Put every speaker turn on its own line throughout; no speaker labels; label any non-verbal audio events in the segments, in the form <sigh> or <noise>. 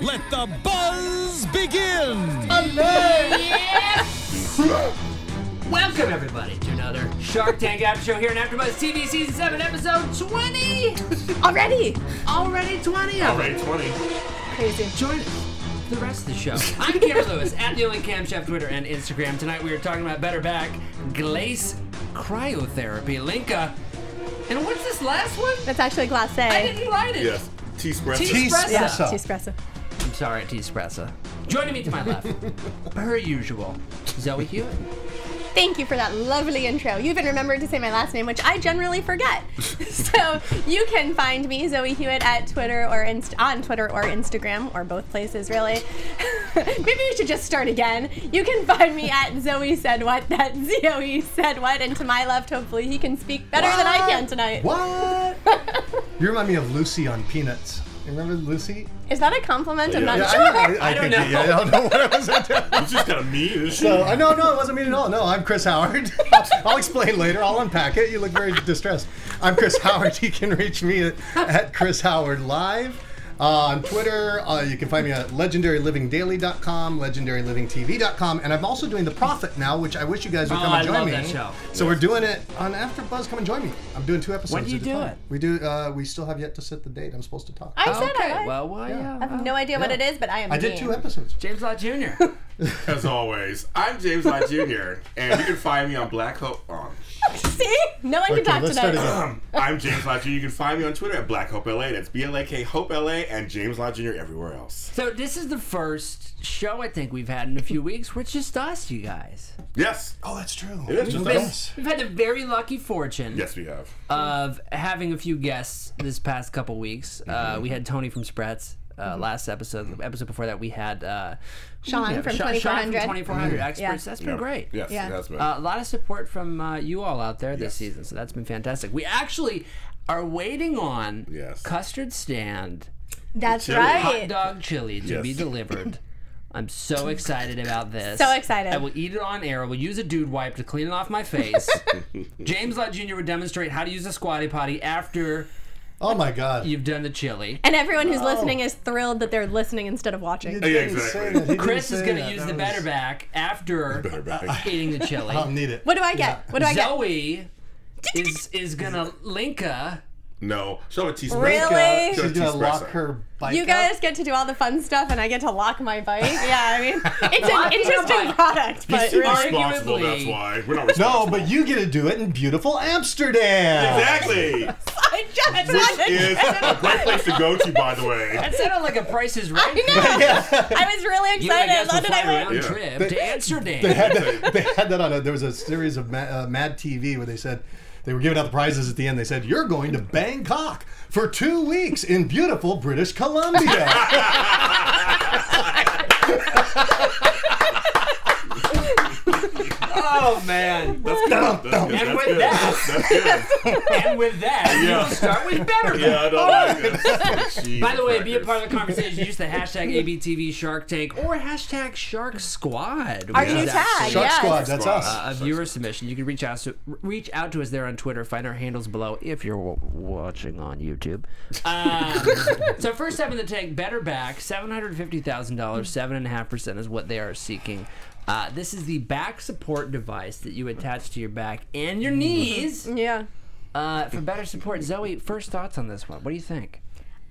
let the buzz begin.
Welcome everybody to another Shark Tank After Show here on AfterBuzz TV Season 7, Episode 20!
<laughs> Already!
Already 20 of it!
Crazy.
Join the rest of the show. I'm Cameron Lewis, at the only Cam Chef Twitter and Instagram. Tonight we are talking about Better Back, Glace Cryotherapy, Linka, and what's this last one?
That's actually glace.
I didn't write it!
Yes. Tea spread.
Tea
yeah,
Espresso.
two espresso.
I'm sorry, Tea Espresso. Joining me to my left,
<laughs>
per usual, Zoe Hewitt.
Thank you for that lovely intro. You even remembered to say my last name, which I generally
<laughs>
forget. so you can find me, Zoe Hewitt, at Twitter or Inst- on Twitter or Instagram or both places, really. <laughs> Maybe we should just start again. You can find me at Zoe said what. That Zoe E said what, and to my left, hopefully he can speak better than I can tonight.
What?
<laughs>
you remind me of Lucy on Peanuts. You remember Lucy?
Is that a compliment? I'm not
Yeah,
sure.
I, I, I,
don't
think
know.
yeah, I don't know what
<laughs>
I was at.
It's just kind of me. Is she?
So, I Oh, uh, no, no, it wasn't mean at all. No, I'm Chris Howard. <laughs> I'll explain later. I'll unpack it. You look very distressed. I'm Chris Howard. <laughs> You can reach me at, at Chris Howard Live. Uh, on Twitter, uh, you can find me at legendarylivingdaily.com, legendarylivingtv.com, and I'm also doing The Prophet now, which I wish you guys would
Oh,
come
I
and join
love
me.
that show.
So we're doing it on AfterBuzz. Come and join me. I'm doing two episodes.
When do you
at a
do
time.
it?
We do. Uh, we still have yet to set the date. I'm supposed to talk.
I said I
Okay,
would.
well, uh, well, yeah.
I have no idea what
Yeah.
it is, but I am
I did
mean.
two episodes.
James Law
<laughs>
Jr.
As always, I'm James Lott Jr. and you can find me on Black Hope. Um,
See? No one
Okay,
can talk
let's start
tonight.
again.
I'm James Lott Jr. You can find me on Twitter at Black Hope LA. That's B L A K Hope LA and James Lott Jr. everywhere else.
So this is the first show I think we've had in a few weeks. We're just us, you guys.
Yes.
<clears throat> Oh, that's true.
It is just
We've-
us.
We've had the very lucky fortune
Yes, we have.
of having a few guests this past couple weeks. Uh,
Mm-hmm.
we had Tony from Spratz. Uh, last episode, the episode before that, we had uh, who
Sean
did we have?
from
Sha- Sean from
2400.
2400 experts.
Yeah.
That's been
Yeah.
great.
Yes,
Yeah.
that's me.
Uh, a lot of support from uh, you all out there this
Yes.
season, so that's been fantastic. We actually are waiting on
Yes.
Custard Stand
That's
Chili.
hot
right.
dog chili to
Yes.
be
<laughs>
delivered. I'm so excited about this.
So excited.
I will eat it on air. I will use a dude wipe to clean it off my
<laughs>
face. James Lott Jr. would demonstrate how to use a squatty potty after
Oh my god.
you've done the chili.
And everyone who's listening is thrilled that they're listening instead of watching.
Yeah,
didn't say
exactly.
that. He didn't
Chris is
say
going to
that.
use
That
the
was-
better back after
Better
<laughs>
back.
eating the chili.
I'll need it.
What do I get? What do I get?
Zoe is is going to linka.
No. Show a teaspoon.
Really?
She's gonna lock her bike.
You
up.
guys get to do all the fun stuff, and I get to lock my bike. Yeah, I mean, it's an interesting
bike.
product, but <laughs>
She's
really,
responsible. That's
Arguably-
why we're not
No,
responsible.
but you get to do it in beautiful Amsterdam.
exactly.
I just
Is
wanted.
a great place to go to, by the way.
That sounded like a price is right.
<laughs> I know. I was really
You and I
excited.
guys
How
will
did
fly
I?
round
Yeah.
trip
They-
to Amsterdam.
They had, that, <laughs> they had that on a. There was a series of Mad, uh, Mad TV where they said they were giving out the prizes at the end. They said you're going to Bangkok for two weeks in beautiful
<laughs>
British Columbia.
oh man.
<laughs>
That's good. That's good. That's
And with
good.
that-
That's
<laughs>
good.
and with that, we
Yeah.
will start with better.
Yeah, no,
By the way, be a part of the conversation. Use the hashtag ABTV Shark Tank or hashtag Shark Squad.
Our
which
new
is
tag,
actually
Shark
yes.
Squad, that's us.
A a uh, viewer submission. You can reach out to reach out to us there on Twitter. Find our handles below if you're w- watching on
<laughs>
YouTube. Um, so first up in the tank, Better Back, seven hundred fifty thousand dollars, seven and a half percent is what they are seeking. Uh, this is the back support device that you attach to your back and your knees
Yeah.
uh, for better support. Zoe, first thoughts on this one? What do you think?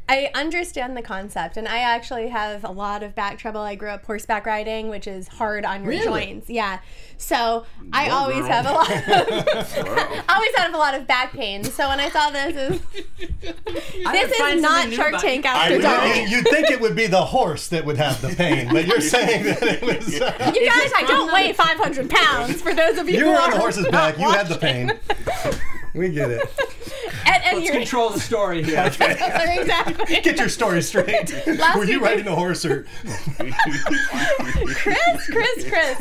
I understand the concept, and I actually have a lot of back trouble. I grew up horseback riding, which is hard on your
Really?
joints. Yeah, so I
Well,
always
girl.
have a lot. Of,
<laughs>
Wow.
<laughs> always have a lot of back pain. So when I saw this,
<laughs>
is this
find
is not
something new
Shark
about
Tank
you.
after
know.
dark.
Dog.
You'd think it would be the horse that would have the pain, but you're saying that it was.
You guys, I don't weigh 500 pounds. For those of <laughs> you,
you
who
were on
are-
a horse's back. You had the pain. We get it.
<laughs> and, and
Let's
you're
control the story here.
<laughs> exactly.
Get your story straight.
<laughs> Last
Were you
week-
riding a horse or?
Chris,
<laughs>
Chris, Chris.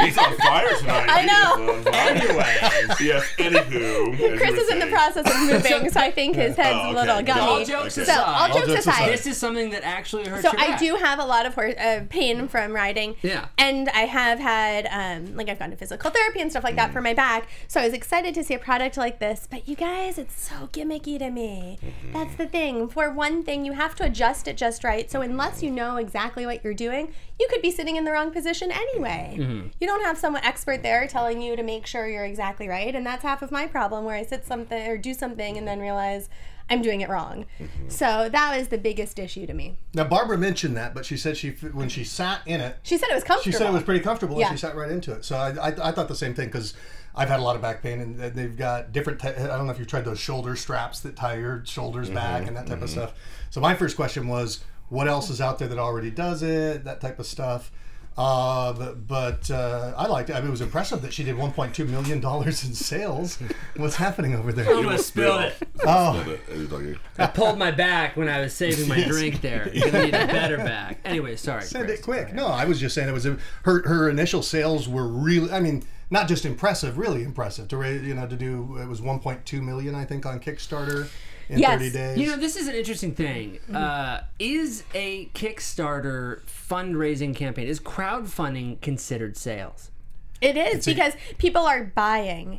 He's on fire tonight.
I know. <laughs>
Anyways, yes. Anywho, as
Chris
you were
is in the
saying.
process
<laughs>
of moving, so I think his head's
Oh,
a
okay.
little
Got it.
gummy.
All jokes
Okay.
So
aside,
all jokes
jokes aside.
aside,
this is something that actually hurts
so
your
I
back.
do have a lot of hor uh, pain from riding.
Yeah.
And I have had, um, like, I've gone to physical therapy and stuff like that for my back. So I was excited to see a product like this. But you guys, it's so gimmicky to me. That's the thing. For one thing, you have to adjust it just right. So unless you know exactly what you're doing, you could be sitting in the wrong position anyway. You don't have someone expert there telling you to make sure you're exactly right. And that's half of my problem where I sit something or do something and then realize. I'm doing it wrong. So that was the biggest issue to me.
Now Barbara mentioned that, but she said she f- when she sat in it,
She said it was
she
comfortable.
said it was pretty comfortable
Yeah.
and she sat right into it. So I, I, I thought the same thing because I've had a lot of back pain and they've got different. Ty- I don't know if you've tried those shoulder straps that tie your shoulders back and that type of stuff. So my first question was, what else is out there that already does it? That type of stuff. Uh, but but uh, I liked it. I mean, it was impressive that she did 1.2 million dollars in sales. What's happening over there?
I'm gonna spill it.
Oh,
I pulled my back when I was saving <laughs> my
Yes.
drink there. You need a better back. Anyway, sorry.
send
Chris.
it quick. No, I was just saying it was a, her. Her initial sales were really. I mean, not just impressive, really impressive. To ra- you know, to do it was 1.2 million, I think, on Kickstarter in
Yes.
30 days.
You know, this is an interesting thing. Uh, is a Kickstarter fundraising campaign, is crowdfunding considered sales?
It is because people are buying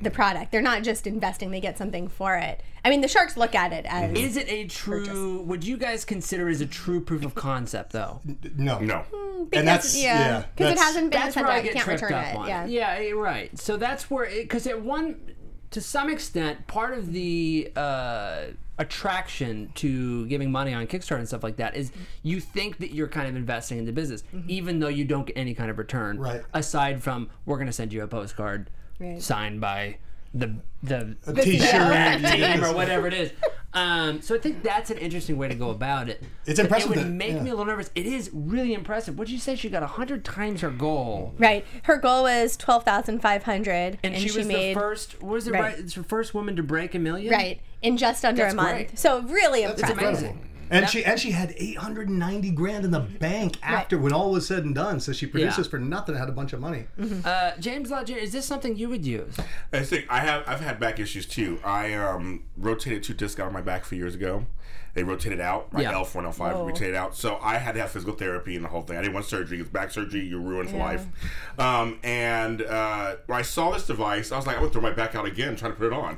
the product. They're not just investing, they get something for it. I mean, the sharks look at it
Mm-hmm.
as
Is it a true, would you guys consider it as a true proof of concept, though?
no,
No.
and that's yeah,
because it
that's-
hasn't been
That's
that's
where I
I
get
can't
tripped
return
up
it.
on.
Yeah.
yeah, eh, right. So that's where, because at one, to some extent, part of the uh, attraction to giving money on Kickstarter and stuff like that is you think that you're kind of investing in the business,
Mm-hmm.
even though you don't get any kind of return.
Right.
Aside from, we're going to send you a postcard
Right.
signed by the the <laughs>
T-shirt.
Mac
Yeah.
team or whatever it is. Um, so I think that's an interesting way to go about it.
It's
But
impressive
It would
that-
make
yeah.
me a little nervous. It is really impressive. What did you say? She got hundred times her goal.
Right. Her goal was 12,500
and, she, was
made
the first what was it
Right.
right it's her first woman to break a million
right in just under
That's
a month.
great.
So really
That's
impressive.
incredible.
amazing.
And she and she had 890 grand in the bank after when all was said and done. So she produced
Yeah.
this for nothing, had a bunch of money. <laughs>
uh, james lodger is this something you would use
I think I have I've had back issues too. I um rotated two discs out of my back a few years ago. They rotated out my
Yeah.
L four and L five rotated out, so I had to have physical therapy and the whole thing. I didn't want surgery because back surgery you're ruined for life. Um, and uh, when I saw this device, I was like, I'm gonna throw my back out again, trying to put it on.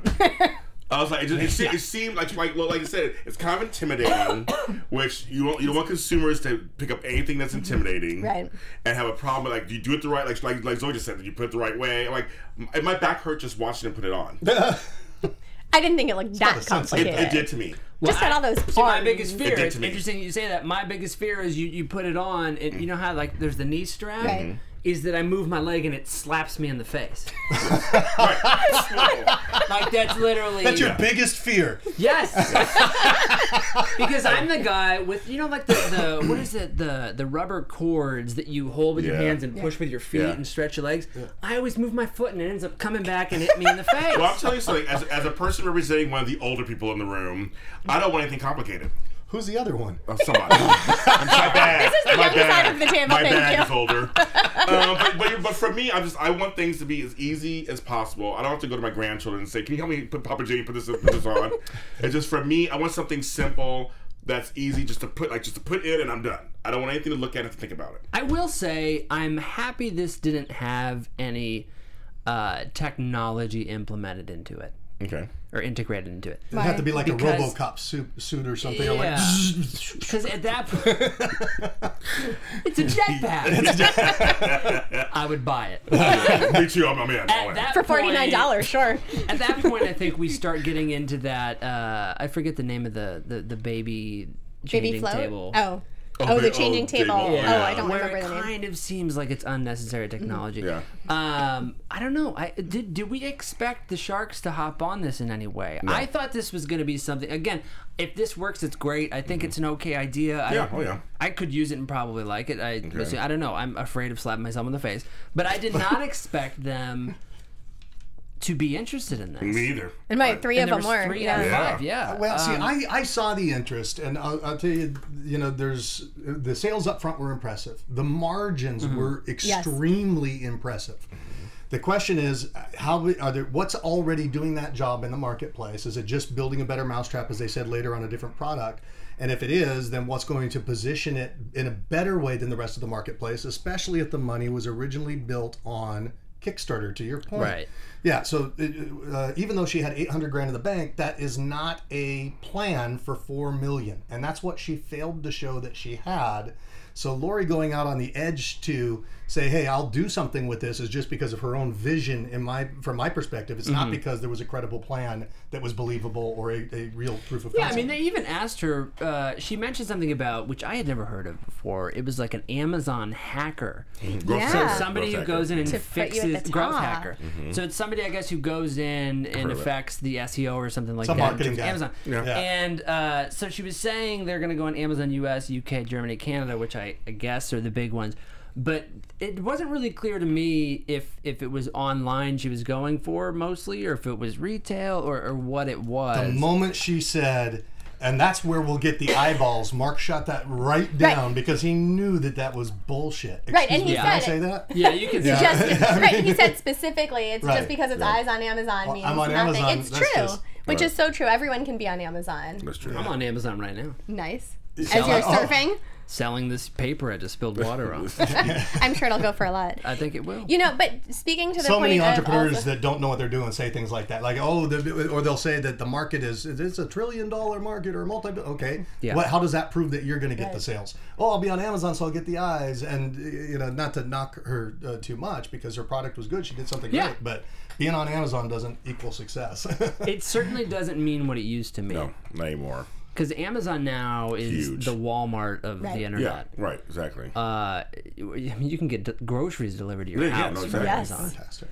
I was like, it, just, it, se- it seemed like, like, well, like I said, it's kind of intimidating, <coughs> which you want, you don't want consumers to pick up anything that's intimidating,
Right.
And have a problem like, do you do it the right, like, like, like Zoe just said, did you put it the right way? Like, m- my back hurt just watching them put it on. It,
I didn't think it looked
not
that
a sense of-
complicated.
it did to me.
Just had all those
See, my
arms.
biggest fear
It did
it's
to me.
interesting you say that my biggest fear is you, you put it on and you know how like there's the knee strap
Right.
is that i move my leg and it slaps me in the face like that's literally
That's your biggest fear.
Yes. because I'm the guy with you know like the, the what is it the the rubber cords that you hold with your
Yeah.
hands and push with your feet
Yeah.
and stretch your legs. I always move my foot and it ends up coming back and hit me in the face.
Well, I'm telling you something. As, as a person representing one of the older people in the room, I don't want anything complicated.
Who's the other one?
Oh, somebody. <laughs> my bad. This is
the
my
young
bad.
side of the table,
My
thank
bad
you. <laughs>
is older. um, but, but, but for me, I just I want things to be as easy as possible. I don't have to go to my grandchildren and say, "Can you help me put Papa Jane put this put
<laughs>
this on?" it's just for me. I want something simple that's easy, just to put like just to put in, and I'm done. I don't want anything to look at and to think about it.
I will say I'm happy this didn't have any uh, technology implemented into it.
Okay.
or integrated into it.
It'd have to be like
Because-
a RoboCop suit, suit or something. Or like,
Yeah.
<laughs>
Because at that point,
<laughs>
it's a jetpack. <laughs> I would buy it.
<laughs> Me too. I'm, I'm in. I'm in.
At that
For
point-
forty nine dollars, sure.
At that point, I think we start getting into that. Uh, I forget the name of the the, the baby changing
Baby float.
table.
Oh.
Oh,
Oh,
ba-
the
oh,
changing table.
table,
Oh,
yeah.
I don't
Where
remember the
it
name. Mm-hmm.
kind of seems like it's unnecessary technology.
Yeah.
Um, I don't know. I did. Did we expect the sharks to hop on this in any way? I thought this was going to be something. Again, if this works, it's great. I think it's an okay idea. I
Mm-hmm. Yeah,
don't-
oh, yeah.
I could use it and probably like it. I I don't know. I'm afraid of slapping myself in the face, but I did
<laughs>
not expect them to be interested in this.
Me either.
There might be three
And
of
there
them
was
were.
three out
yeah.
of
Yeah.
five. Yeah. Um,
well, see, I, I saw the interest, and I'll, I'll tell you, you know, there's the sales up front were impressive. The margins
Mm-hmm.
were extremely impressive. The question is, uh, how we- are there? What's already doing that job in the marketplace? Is it just building a better mousetrap, as they said later, on a different product? And if it is, then what's going to position it in a better way than the rest of the marketplace, especially if the money was originally built on Kickstarter? To your point,
Right.
Yeah. So uh, uh, even though she had 800 grand in the bank, that is not a plan for four million, and that's what she failed to show that she had. So Lori going out on the edge to say, "Hey, I'll do something with this," is just because of her own vision. In my, from my perspective, it's
Mm-hmm.
not because there was a credible plan that was believable or a, a real proof of
Yeah, I
concept.
mean, they even asked her. Uh, she mentioned something about which I had never heard of before. It was like an Amazon hacker.
Mm-hmm.
Growth
Yeah.
hacker.
somebody
Growth
who
hacker.
goes in and
To put you at the
fixes growth
top.
hacker.
Mm-hmm.
So it's somebody, I guess, who goes in and affects the SEO or something like
Some
that. in
marketing
terms of
guy.
Amazon.
Yeah.
And uh, so she was saying they're going to go on Amazon US, UK, Germany, Canada, which I, I guess are the big ones. But it wasn't really clear to me if if it was online she was going for mostly, or if it was retail, or, or what it was.
the moment she said. And that's where we'll get the eyeballs. Mark shot that right down because he knew that that was bullshit.
Right, and
Excuse me,
he
can I
said
say
it.
that?
yeah, you can.
Yeah.
see-
Just right, he said specifically, it's
Right,
just because it's eyes on Amazon means
I'm on
nothing.
Amazon,
it's
that's
true,
just-
which is so true. Everyone can be on Amazon.
That's true.
I'm on Amazon right now,
Nice. As
Sell
<laughs>
you're
it.
Oh.
surfing,
selling this paper I just spilled water
<laughs>
on.
I'm sure it'll go for a lot.
I think it will.
You know, but speaking to the
so
point
many
of
entrepreneurs
also-
that don't know what they're doing say things like that like oh the, or they'll say that the market is it's a trillion dollar market or a multi okay
Yeah.
what, how does that prove that you're going to get the sales oh i'll be on amazon so i'll get the eyes and you know not to knock her uh, too much because her product was good she did something
Yeah.
great but being on amazon doesn't equal success <laughs>
It certainly doesn't mean what it used to mean.
No, not anymore.
Because Amazon now is
Huge.
the Walmart of
Right.
the
Yeah.
Yeah,
internet.
right, exactly.
Uh, I mean, you can get d- groceries delivered to your
Yeah, yeah,
house
no,
from
exactly.
Yes.
Amazon,
Fantastic.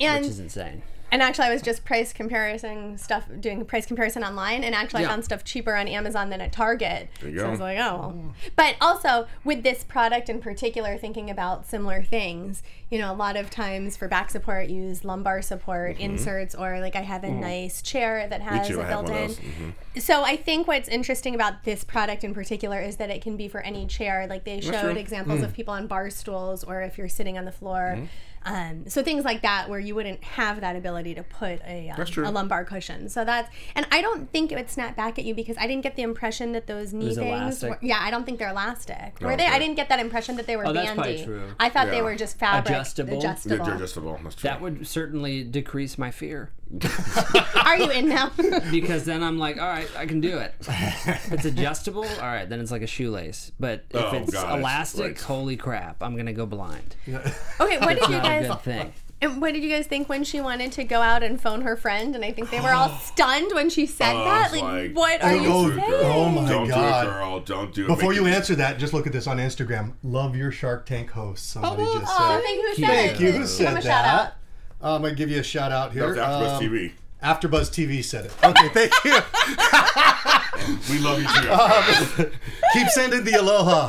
and
which is insane.
And actually, I was just price comparison stuff, doing price comparison online, and actually,
Yeah.
I found stuff cheaper on Amazon than at Target.
you
So
go.
I was like, oh. well. But also with this product in particular, thinking about similar things. You know, a lot of times for back support, you use lumbar support inserts, or like I have a nice chair that has
Mm-hmm. too,
a
I have one of
built-in.
those. Mhm.
So I think what's interesting about this product in particular is that it can be for any chair. Like they showed examples
Mm.
of people on bar stools or if you're sitting on the floor.
Mm-hmm.
Um, so things like that where you wouldn't have that ability to put a, um,
That's true.
a lumbar cushion. So that's and I don't think it would snap back at you because I didn't get the impression that those knee
was
things. Were,
elastic.
yeah, I don't think they're elastic. Were they? I
Oh, okay.
didn't get that impression that they were
Oh, that's probably
bandy.
true.
I thought
Yeah.
they were just fabric
Adjustable?
They're
adjustable.
they're adjustable. That's true.
That would certainly decrease my fear
Are you in now? <laughs>
because then I'm like, all right, I can do it. if it's adjustable, all right, then it's like a shoelace. But if
Oh,
it's
God, it's
elastic,
like-
holy crap, I'm gonna go blind. <laughs>
okay, what did you
Not a
guys?
good thing.
And what did you guys think when she wanted to go out and phone her friend? And I think they were all stunned when she said
Oh, I
that.
was
Like,
like,
what are
don't
you
do it,
saying?
girl.
Oh my
don't
God.
do it, girl. Don't do it.
Before
Make
you
it-
answer that, just look at this on Instagram. Love your Shark Tank host. Somebody
well,
just
aw,
said.
thank you. Who said
Thank
it?
you.
Give
Who
him
said
a
that?
shout out.
Uh, I'm gonna give you a shout out
That
here.
was AfterBuzz
Um,
TV.
AfterBuzz TV said it. Okay, thank you.
<laughs>
We love you too.
<laughs> Keep sending the aloha.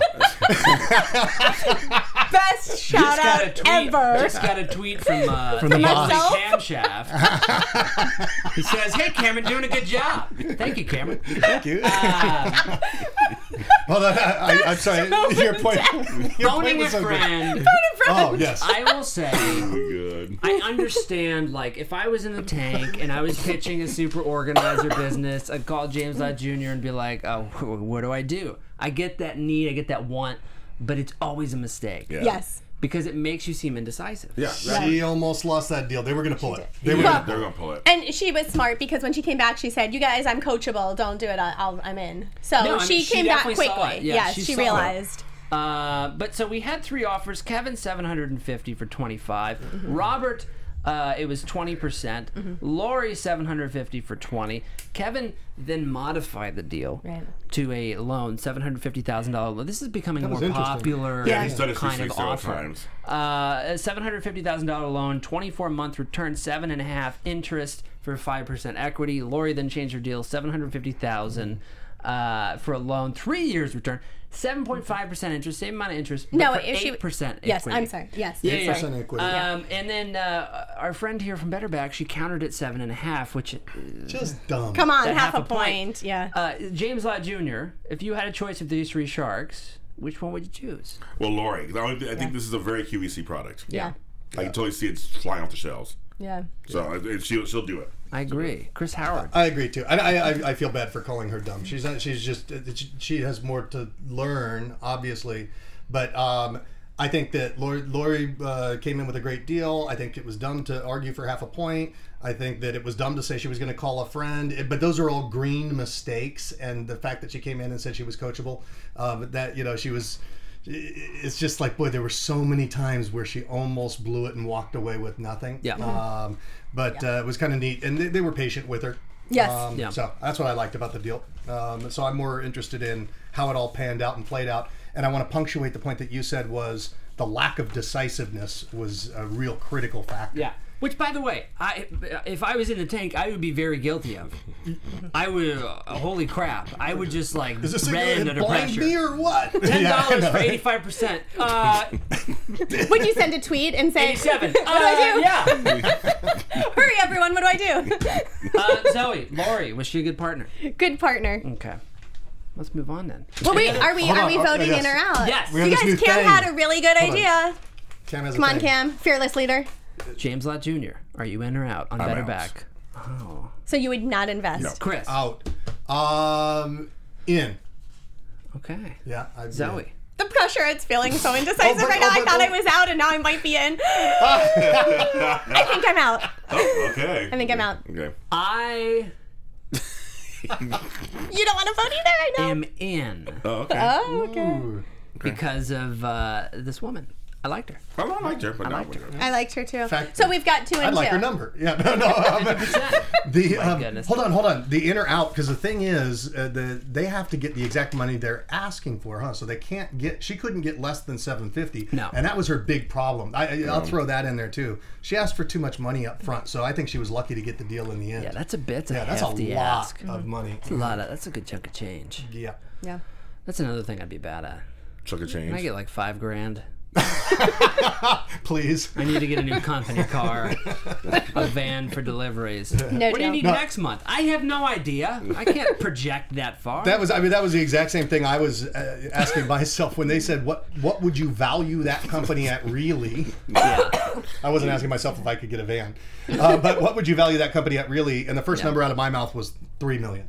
Best shout
got
out
a tweet.
ever.
Just got a tweet from
<laughs>
uh, from
the
boss. Myself?
Camshaft. he says, "Hey Cameron, doing a good job. Thank you, Cameron."
<laughs> Thank you.
Ah.
<laughs> Hold on. I, I, I'm sorry. your point. Your point
<laughs> Phoning a
was so good.
friend.
Oh yes.
I will say.
Good.
I understand, like, if I was in the tank and I was pitching a super organizer business, I'd call James Lott Jr. and be like, oh, wh- what do I do? I get that need, I get that want, but it's always a mistake.
Yeah.
Yes.
because it makes you seem indecisive.
Yeah, right.
She almost lost that deal. They were going to pull it. They were.
They're gonna pull it.
And she was smart because when she came back, she said, "You guys, I'm coachable. Don't do it. I'll, I'll, I'm in." So
No, I mean,
she
she
came back
definitely
quickly.
saw it. Yeah,
yes,
she
she,
saw it.
realized.
Uh, but so we had three offers. Kevin seven hundred and fifty for twenty Robert, uh, it was twenty percent. Lori seven hundred fifty for twenty. Kevin then modified the deal
Right.
to a loan seven hundred fifty thousand dollar loan. This is becoming
was
more
interesting.
popular.
Yeah, he's done it
kind of
several
offer.
times.
Uh, a seven hundred fifty thousand dollar loan, twenty four month return, seven and a half interest for five percent equity. Lori then changed her deal, seven hundred fifty thousand
Mm-hmm.
uh, for a loan, three years return, seven point five percent interest, same amount of interest, but
No,
for
if she-
eight percent.
Yes, I'm sorry. Yes.
Yeah, yeah.
percent equity.
Um, and then uh, our friend here from Better Back, she countered at seven and a half, which
Just dumb.
Come on,
That
half,
half a
a,
point.
point. Yeah.
uh, James Law Jr. If you had a choice of these three sharks, which one would you choose?
Well, Lori, 'cause I, only- I think this is a very QVC product.
yeah.
I can totally see it flying off the shelves.
Yeah.
So and she'll she'll do it.
I agree, Chris Howard.
I agree too. And I, I, I feel bad for calling her dumb. She's not, she's just she has more to learn, obviously. But um, I think that Lori, Lori uh, came in with a great deal. I think it was dumb to argue for half a point. I think that it was dumb to say she was going to call a friend. It- but those are all green mistakes. And the fact that she came in and said she was coachable, uh, but that you know she was. It's just like boy, there were so many times where she almost blew it and walked away with nothing.
Yeah.
Um, but uh, it was kind of neat, and they, they were patient with her.
Yes.
Um,
Yeah.
So that's what I liked about the deal. Um, so I'm more interested in how it all panned out and played out. And I want to punctuate the point that you said was the lack of decisiveness was a real critical factor.
Yeah. Which, by the way, I if I was in the tank, I would be very guilty of. I would. Uh, holy crap! I would just like
Is this
red
thing
under
blind
pressure.
me or what?
<laughs> Ten
<laughs> Yeah, I
dollars
know.
for eighty-five percent. Uh,
Would you send a tweet and say,
<laughs>
<laughs>
eighty-seven.
"What do I
Uh,
do?
<laughs>
Yeah.
Hurry, everyone! What do I
Uh, Mm. Zoe, Lori, was she a good partner?
do?" <laughs> Good partner.
Okay. Let's move on then.
Well, wait. Are we
Hold
are
on,
we
oh,
voting in
yes.
or out?
Yes.
have
You
this
guys,
new
Cam
thing.
had a really good
on.
idea.
Cam has a
Come on,
thing.
Cam, fearless leader.
James Lott Jr. Are you in or out on Better
out.
Back?
Oh.
So you would not invest.
Chris.
Out. Um, in.
Okay.
Yeah. I,
Zoe.
The pressure, it's feeling so indecisive
but-
right
oh,
now. I
but-
thought
oh.
I was out, and now I might be
<laughs>
in. I think I'm out.
Oh, okay. I
think I'm out.
Okay.
uh, I
You don't want to vote either, I know.
am in
Oh, okay.
Oh, okay.
because of uh, this woman. I liked her.
well, I liked her, but not with her.
I liked her too.
Fact-
so we've got two and
I like
two.
her number. Yeah,
<laughs>
no, no. um, the um,
goodness.
hold on, hold on. The in or out because the thing is, uh, the they have to get the exact money they're asking for, huh? So they can't get. She couldn't get less than seven fifty.
No. Mm.
and that was her big problem. I, I, I'll throw that in there too. She asked for too much money up front, so I think she was lucky to get the deal in the end.
Yeah, that's a bit.
yeah, that's a lot
hefty ask.
of money.
A lot of that's a good chunk of change.
Yeah.
Yeah.
That's another thing I'd be bad at.
Chuck a change.
I get like five grand.
Please.
I need to get a new
<laughs>
company car, a van for deliveries.
No
What do you
deal.
need next month? I have no idea. I can't project that far.
That was I mean that was the exact same thing I was uh, asking <laughs> myself when they said what what would you value that company at really? I wasn't asking myself if I could get a van, uh, but what would you value that company at really? And the first number out of my mouth was three million.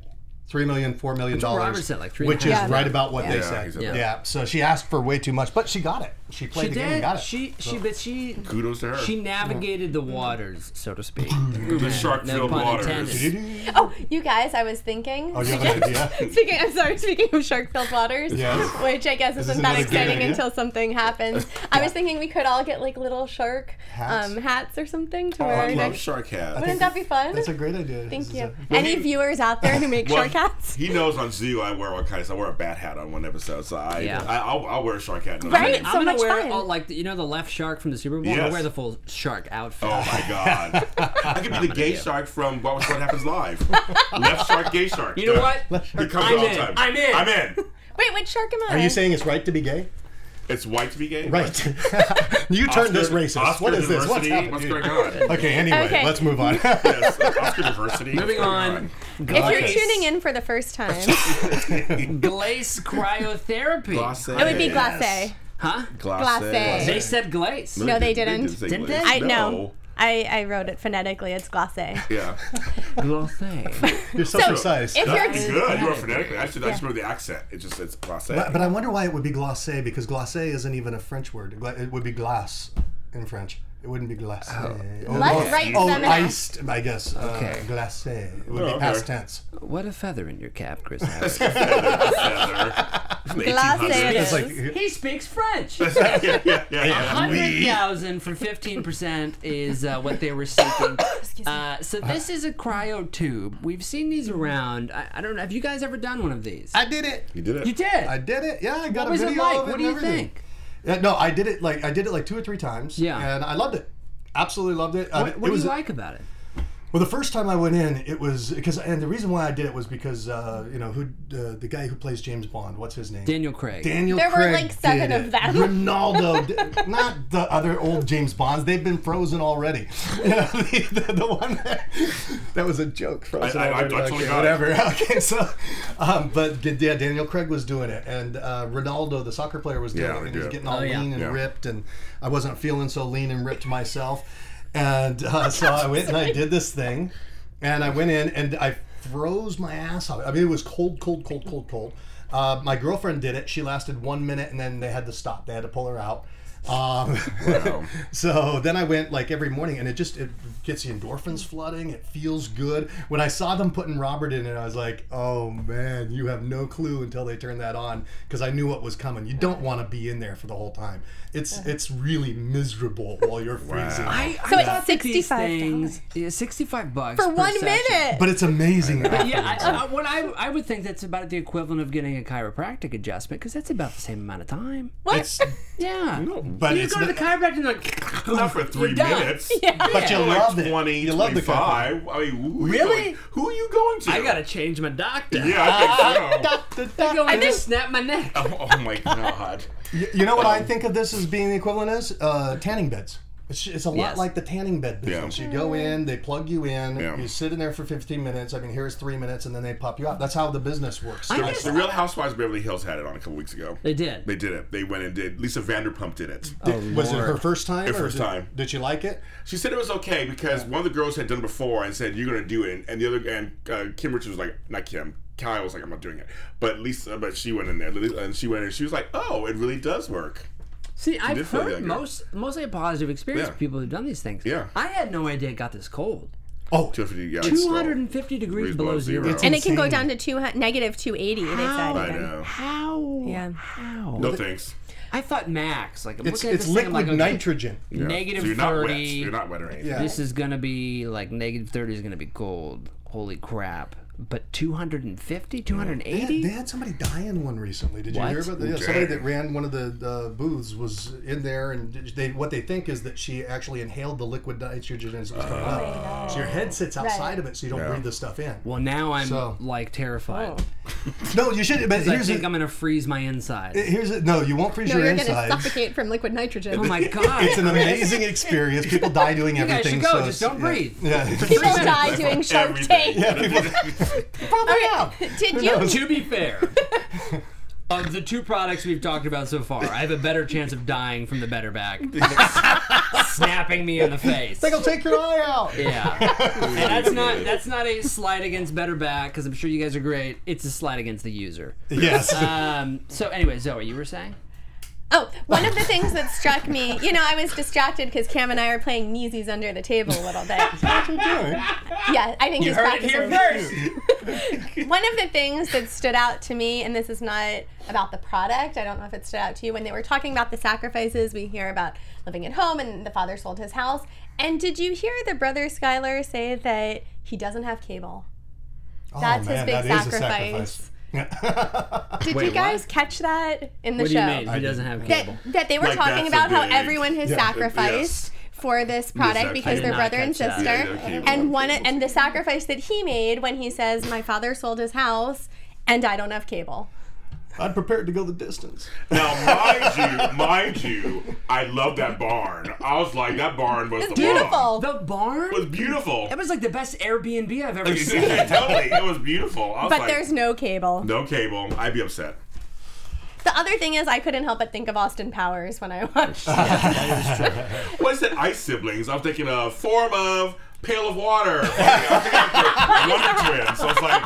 Three million, four million dollars,
Robert said, like, three and
which
a
is
half.
right about what they
Yeah,
said.
he said
yeah.
that.
so she asked for way too much, but she got it. She played
she
the game and got
did.
it.
She she but she
Kudos to her.
she navigated the waters, so to
<clears throat>
speak.
the shark
No
filled
pun
waters.
intended.
Oh, you guys, I was thinking.
oh, you have an idea?
<laughs> Speaking, I'm sorry. Speaking of shark-filled waters,
Yes.
<laughs> which I guess isn't that
another good
exciting
idea?
until something happens. I was thinking we could all get like little shark
Hats?
um, hats or something to
Oh,
wear.
I love
next-
shark hat.
Wouldn't that be fun?
That's a great idea.
Thank you.
Well,
Any
he-
viewers out there who
<laughs>
make
Well,
shark hats?
He knows on Zoo I wear all kinds. I wear a bat hat on one episode, so I,
Yeah.
I I'll, I'll wear a shark hat. in another.
Right?
I'm
so
gonna
much
wear
fun.
all like the, you know the left shark from the Super Bowl. I'm
Yes.
gonna wear the full shark outfit.
Oh my god! I could be the gay shark from What Was What Happens Live. Left shark, gay shark.
You know what?
It comes
I'm
all
in.
the time.
I'm in.
I'm in.
Wait, which shark am I?
Are you saying it's right to be gay?
It's white to be gay.
Right. <laughs> you turned this racist.
Oscar
what is this? What's
diversity?
happening?
What's going
<laughs>
on?
Okay, anyway,
Okay.
let's move on. <laughs>
yes, Oscar diversity.
Moving
What's going
on.
If you're
Glaze-
tuning in for the
<laughs>
first time,
glaze cryotherapy.
Glace.
it would be glacé.
Huh?
Glace.
Glace.
They said glaze.
No, they didn't.
say
Didn't
glace.
they?
I no. I, I wrote it phonetically. It's glacé.
Yeah.
Glossy.
You're so,
So,
precise.
if you're-
That's good. You are phonetically. I should. I just remember the accent. It just it's glacé.
but, but I wonder why it would be glacé because glacé isn't even a French word. Gla- It would be glace in French. It wouldn't be glacé. Oh,
Let's
oh,
write
oh,
them out.
iced, I guess. Okay.
Okay.
Uh, glacé. It would
Oh,
be past
okay.
tense.
What a feather in your cap,
<laughs>
Chris Howard.
Glacé it <laughs>
Glacé.
is.
It's like
he speaks French.
yeah, yeah, yeah, yeah.
Hundred thousand for fifteen percent is uh, what they were
<coughs>
seeking. Uh, so this is a cryo tube. We've seen these around. I, I don't know. Have you guys ever done one of these?
I did it.
You did it.
you did.
I did it. Yeah, I
what
got a
was it
video
like?
of it.
What
and
do you
everything.
think?
Yeah, no, I did it like I did it like two or three times.
Yeah.
and I loved it. Absolutely loved it. I mean,
What, what
it
do
was
you like about it?
Well, the first time I went in, it was because, and the reason why I did it was because, uh, you know, who uh, the guy who plays James Bond, what's his name?
Daniel Craig.
Daniel
There were,
Craig
like, seven
did
of
it.
them. <laughs>
Ronaldo, did- not the other old James Bonds. They've been frozen already. <laughs> You know, the, the, the one that, that was a joke. Frozen
I- I- I
already.
totally
okay,
got it.
whatever. <laughs> Okay, so, um, but yeah, Daniel Craig was doing it, and uh, Ronaldo, the soccer player, was doing
Yeah,
it,
we
and he was
did.
getting all
Oh, yeah.
lean and
Yeah.
ripped, and I wasn't feeling so lean and ripped myself, and
<laughs>
uh, so I went and I did this thing, and I went in and I froze my ass off. I mean, it was cold, cold, cold, cold, cold. Uh, my girlfriend did it. She lasted one minute, and then they had to stop. They had to pull her out. Um,
Wow.
<laughs> so then I went like every morning, and it just it gets the endorphins flooding. It feels good. When I saw them putting Robert in it, I was like, "Oh man, you have no clue until they turn that on," because I knew what was coming. You don't want to be in there for the whole time. It's it's really miserable while you're freezing.
I, I
So it's
thought that these
$65.
things- Yeah, sixty-five bucks
For
per
one
session.
minute.
But it's amazing.
Yeah, I, I, Uh, what I, I would think that's about the equivalent of getting a chiropractic adjustment because that's about the same amount of time.
what?
It's,
Yeah.
but
you
it's
go to the
not-
chiropractor and like,
<laughs> Not for three
You're done. <laughs>
minutes.
but you
Or like
love
20,
it. You love the company.
25. I mean, who are you
Really?
going- who are you going to?
I gotta change my doctor.
<laughs> Yeah, I think so.
<laughs> I go and just snap my neck.
Oh, my god.
You- You know what
Um,
I think of this as being the equivalent is uh, tanning beds. It's, it's a lot
Yes.
like the tanning bed business. You go in, they plug you in,
Yeah.
you sit in there for 15 minutes. I mean, here's three minutes, and then they pop you out. That's how the business works.
I
The Real Housewives of Beverly Hills had it on a couple weeks ago.
They did. Oh.
They did it. They went and did. Lisa Vanderpump did it.
Did- was it her first time?
Her
or
first
did-
time.
Did she like it?
She said it was okay because one of the girls had done it before and said you're gonna do it, and the other and uh, Kim Richards was like, not Kim, Kyle was like, I'm not doing it. But Lisa, but she went in there and she went in. and She was like, oh, it really does work.
See, I've
did feel
heard
younger.
most mostly a positive experience
Yeah.
from people who've done these things.
Yeah.
I had no idea it got this cold.
Oh,
250, yeah, it's still-
250 degrees
Degrees
below
below
zero.
zero.
and it can go
insane.
down to two hun- negative 280, they said.
I
even.
know.
How?
Yeah.
How?
No thanks.
I thought max. Like I'm
it's,
looking at
it's
this thing, I'm
liquid
like, okay,
nitrogen.
Yeah.
negative
So you're not
30.
wet. You're not wet or anything. <laughs>
Yeah.
This is gonna be like negative 30 is gonna be cold. Holy crap! But 250,
They had,
280.
they had somebody die in one recently. Did you
What?
hear about that? Yeah, somebody that ran one of the uh, booths was in there, and they what they think is that she actually inhaled the liquid nitrogen as it
Uh-huh.
was coming up. So your head sits outside of it, so you don't breathe the stuff in.
Well, now I'm
So-
like terrified.
No, you should. But
'Cause I
here's
think
the,
I'm gonna freeze my inside.
here's the, no, you won't freeze
No,
your
you're going to
insides.
suffocate from liquid nitrogen.
oh
<laughs>
my god!
It's an amazing experience.
<laughs>
People die doing
you guys
everything.
should go.
so
Just
it's-
don't
yeah.
breathe. <laughs>
Yeah,
People die doing Shark
Everything.
Tank.
probably yeah.
<laughs> Did you?
to be fair,
<laughs>
of the two products we've talked about so far, I have a better chance of dying from the better back
<laughs>
snapping me in the face.
They'll <laughs> take your eye out.
yeah,
<laughs>
and that's not that's not a slight against better back because I'm sure you guys are great. It's a slight against the user.
Yes.
Um. So anyway, Zoe, you were saying?
Oh, one of the things that struck me, you know, I was distracted because Cam and I are playing Newsies under the table a little bit.
<laughs> That's what you're doing.
Yeah, I think he's practicing.
first.
One of the things that stood out to me, and this is not about the product, I don't know if it stood out to you, when they were talking about the sacrifices, we hear about living at home and the father sold his house. And did you hear the brother Skylar say that he doesn't have cable? That's his big
Oh, that is
sacrifice.
a sacrifice.
Did
Wait,
you guys
what?
catch that in the
What do
show?
you mean? He doesn't have
that,
cable.
that they were
Like,
talking
that's a
about how
big-
everyone has
yeah,
sacrificed for this product
I
because
did
they're
not
brother and
catch that.
sister.
Yeah, yeah, cable
and
and
one and the sacrifice that he made when he says, My father sold his house and I don't have cable.
I'm prepared to go the distance.
Now, mind you, mind you, I love that barn. I was like, that barn was the bomb.
Beautiful.
The barn.
It was beautiful. <laughs>
That was like the best Airbnb I've ever seen.
totally, it was beautiful. I was
But
like,
there's no cable.
no cable. I'd be upset.
The other thing is, I couldn't help but think of Austin Powers when I watched.
What is that? Ice siblings. I'm thinking a form of pail of water. <laughs> I'm thinking of the Wonder Twins. So it's like,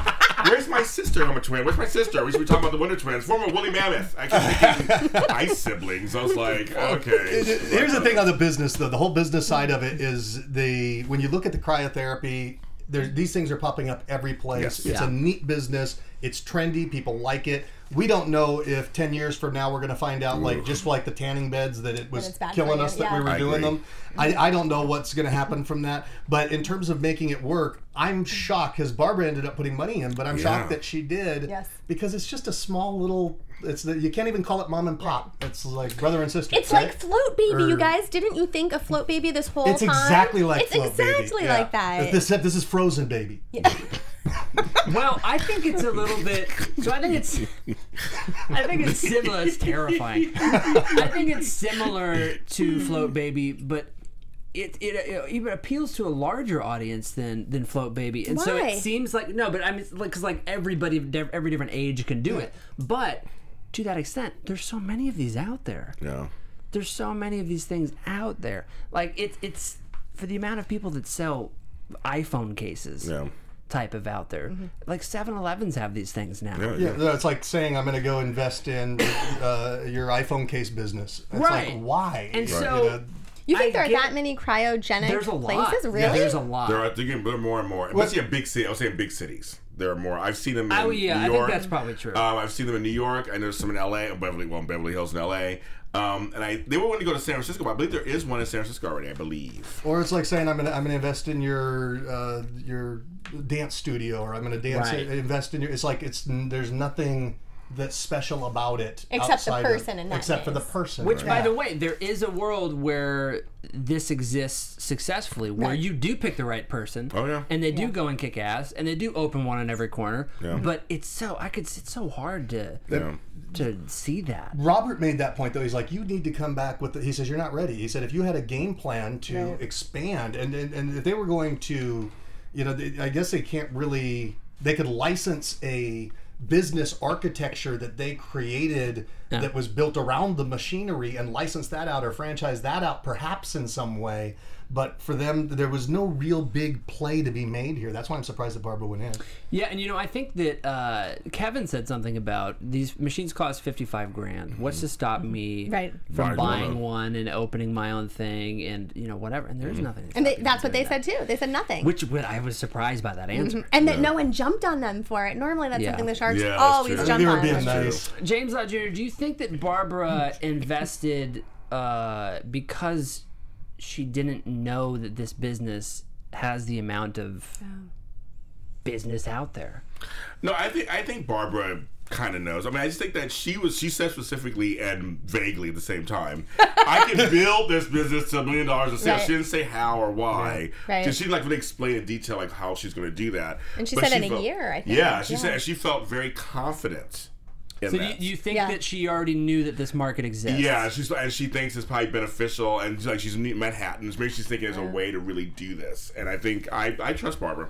where's my sister? I'm a twin. Where's my sister? We should be talking about the Wonder Twins. Form of Woolly Mammoth. I kept thinking ice siblings. I was like, okay.
Here's the thing on the business, though. The whole business side of it is the when you look at the cryotherapy, there, these things are popping up every place.
Yes.
It's
Yeah.
a neat business. It's trendy. People like it. We don't know if ten years from now we're going to find out, like just like the tanning beds, that it was
it's bad
killing
for
us
you,
that we
yeah.
were
I agree.
doing them. I, I don't know what's going to happen from that. But in terms of making it work, I'm shocked because Barbara ended up putting money in, but I'm shocked
Yeah.
that she did.
Yes.
Because it's just a small little. It's the, you can't even call it mom and pop. It's like brother and sister.
It's
right?
like Float Baby, you
Or-
guys. Didn't you think of Float Baby this whole
It's
time?
exactly like
It's
Float Baby.
exactly
Yeah.
like that.
Except this is Frozen Baby.
Well, I think it's a little bit. So I think it's. I think it's similar. It's terrifying. I think it's similar to Float Baby, but it it, it even appeals to a larger audience than than Float Baby, and so
Why?
it seems like no. But I mean, like because like everybody, of diff- every different age can do it, but. To that extent, there's so many of these out there.
No.
There's so many of these things out there. Like it's it's for the amount of people that sell iPhone cases
No.
type of out there. Like 7-Elevens have these things now.
Yeah, no, it's like saying I'm going to go invest in uh, your iPhone case business. It's
Right.
Like, why?
And
You
so-
know,
you think
I
there are
get-
that many cryogenic
There's a lot.
places? Really?
Yeah, there's a lot.
There are they're getting more and more. Especially in big city. I was saying big cities. There are more. I've seen them in
Oh, yeah, I
New
think
York.
that's probably true.
Um, I've seen them in New York. I know some in LA, or Beverly, well, in Beverly Hills in LA. Um, and I they were wanting to go to San Francisco, but I believe there is one in San Francisco already. I believe.
or it's like saying I'm going to I'm going to invest in your uh, your dance studio, or I'm going to dance uh,
Right.
invest in your. It's like it's there's nothing that's special about it
Except the
outside
person
of,
in that
except for the
case.
person.
Which, by
Yeah.
the way, there is a world where this exists successfully, where you do pick the right person.
Oh, yeah.
And they do go and kick ass, and they do open one in every corner. But it's so I could. It's so hard to
Yeah.
to see that.
Robert made that point though. He's like, you need to come back with. The, he says you're not ready. He said if you had a game plan to expand, and, and and if they were going to, you know, they, I guess they can't really. They could license a business architecture that they created that was built around the machinery and license that out or franchise that out perhaps in some way but for them there was no real big play to be made here that's why i'm surprised that barbara went in
Yeah, and you know, I think that uh, Kevin said something about these machines cost fifty-five grand. What's to stop me
Mm-hmm. Right.
from
Buying one
buying
of-
one and opening my own thing and you know whatever? And there is nothing. to
And they,
stop me
that's
from
what they
doing
said too. They said
that.
nothing.
Mm-hmm. Which would I was surprised by that answer.
and that no one jumped on them for it. Normally, that's
Yeah.
something the sharks
Yeah, that's
always
true.
jump
they were
on.
being
true.
nice
James Law Jr., do you think that <laughs> Barbara invested uh, because she didn't know that this business has the amount of business out there?
No, I think I think Barbara kind of knows. I mean, I just think that she was she said specifically and vaguely at the same time.
<laughs>
I can build this business to a million dollars in sales.
Right.
She didn't say how or why.
Right.
Because she didn't, like really explain in detail like how she's going to do that.
And she said in a year, I think.
Yeah, she
Yeah.
said she felt very confident. In
So do you,
that.
do you think
Yeah.
that she already knew that this market exists?
Yeah, she's and she thinks it's probably beneficial, and she's like she's in Manhattan, which makes she's thinking there's a way to really do this. And I think I, I trust Barbara.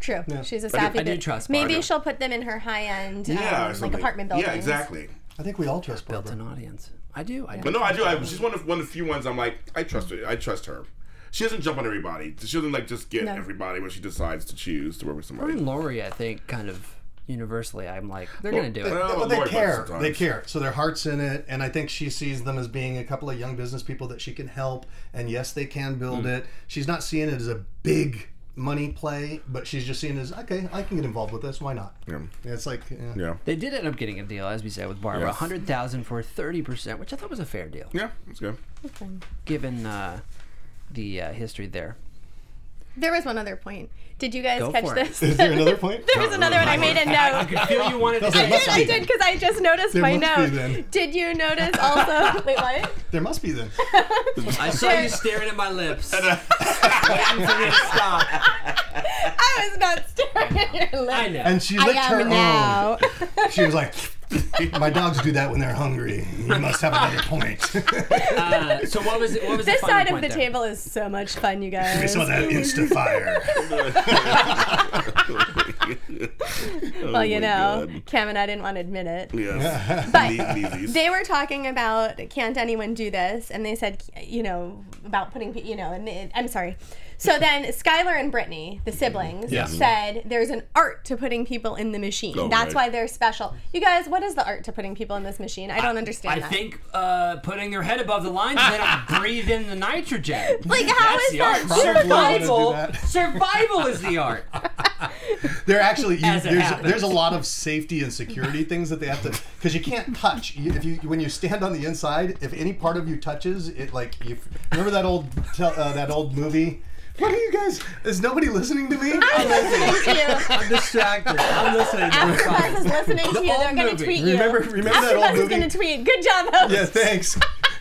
True. She's a savvy.
I do
bit-
trust
Maybe
Barbara.
she'll put them in her high-end,
Yeah, or
um, like
something.
apartment buildings.
Yeah, exactly.
i think we all trust barbara
Built an audience. I do. I do.
But no, I do. I, she's one of one of the few ones I'm like I trust her. I trust her. She doesn't jump on everybody. She doesn't like just get everybody when she decides to choose to work with
Her
somebody.
and Lori, I think, kind of universally, I'm like, they're going to do it.
well,
but
I'm
they
annoyed by it
care.
oh, sometimes.
They care. So their heart's in it, and I think she sees them as being a couple of young business people that she can help. And yes, they can build it. She's not seeing it as a big money play, but she's just seeing it as okay, I can get involved with this. Why not? Yeah. It's like yeah.
Yeah,
They did end up getting a deal, as we said, with Barbara,
Yes.
100000 for 30%, which I thought was a fair deal,
yeah,
<laughs>
that's good.
given uh, the uh, history there.
There was one other point. Did you guys
Go
catch
for it.
<laughs>
this?
<laughs> Is there another point?
<laughs> there was another one. I made a
<laughs>
note.
I feel you wanted
There
I did,
must
I
be
did,
then.
because I just noticed
There
my
must be
note.
then.
Did you notice
<laughs>
also? <laughs> wait, what?
There must
<laughs>
be then.
I saw you staring at my lips.
uh,
Waiting for me to stop.
I was not staring at your
I
lips.
know.
And she
I
licked her
am now. <laughs>
own. She was like, "My dogs do that when they're hungry. You must have another point." <laughs>
Uh, so what was it? What was
This
the final
side of
point
the
there?
table is so
<laughs>
much fun, you guys. <laughs>
I saw that insta fire.
well,
Oh
you know, Cam and I didn't want to admit it.
Oh,
<laughs>
Yes.
But
These- these-
they were talking about can't anyone do this, and they said you know about putting pe- you know, and it, I'm sorry. So then Skylar and Brittany, the siblings,
Yeah.
said there's an art to putting people in the machine.
Oh,
That's
right.
why they're special. You guys, what is the art to putting people in this machine? I don't understand.
I
that.
think uh, putting their head above the line so they
<laughs>
don't breathe in the nitrogen.
Like, how
how
is
is
that
survival?
Survival, survival is the art.
They're actually you,
As it
there's,
happens.
there's a lot of safety and security things that they have to because you can't touch. You, if you when you stand on the inside, if any part of you touches, it like you remember that old tel- uh, that old movie. What are you guys? Is nobody listening to
<laughs>
me?
I'm listening to
<laughs>
you.
I'm distracted. I'm listening.
After class is listening to you. They're
old
going to
movie.
tweet you.
Remember, remember
After
that
class
old
is
movie.
going to tweet. Good job, host.
Yeah, thanks.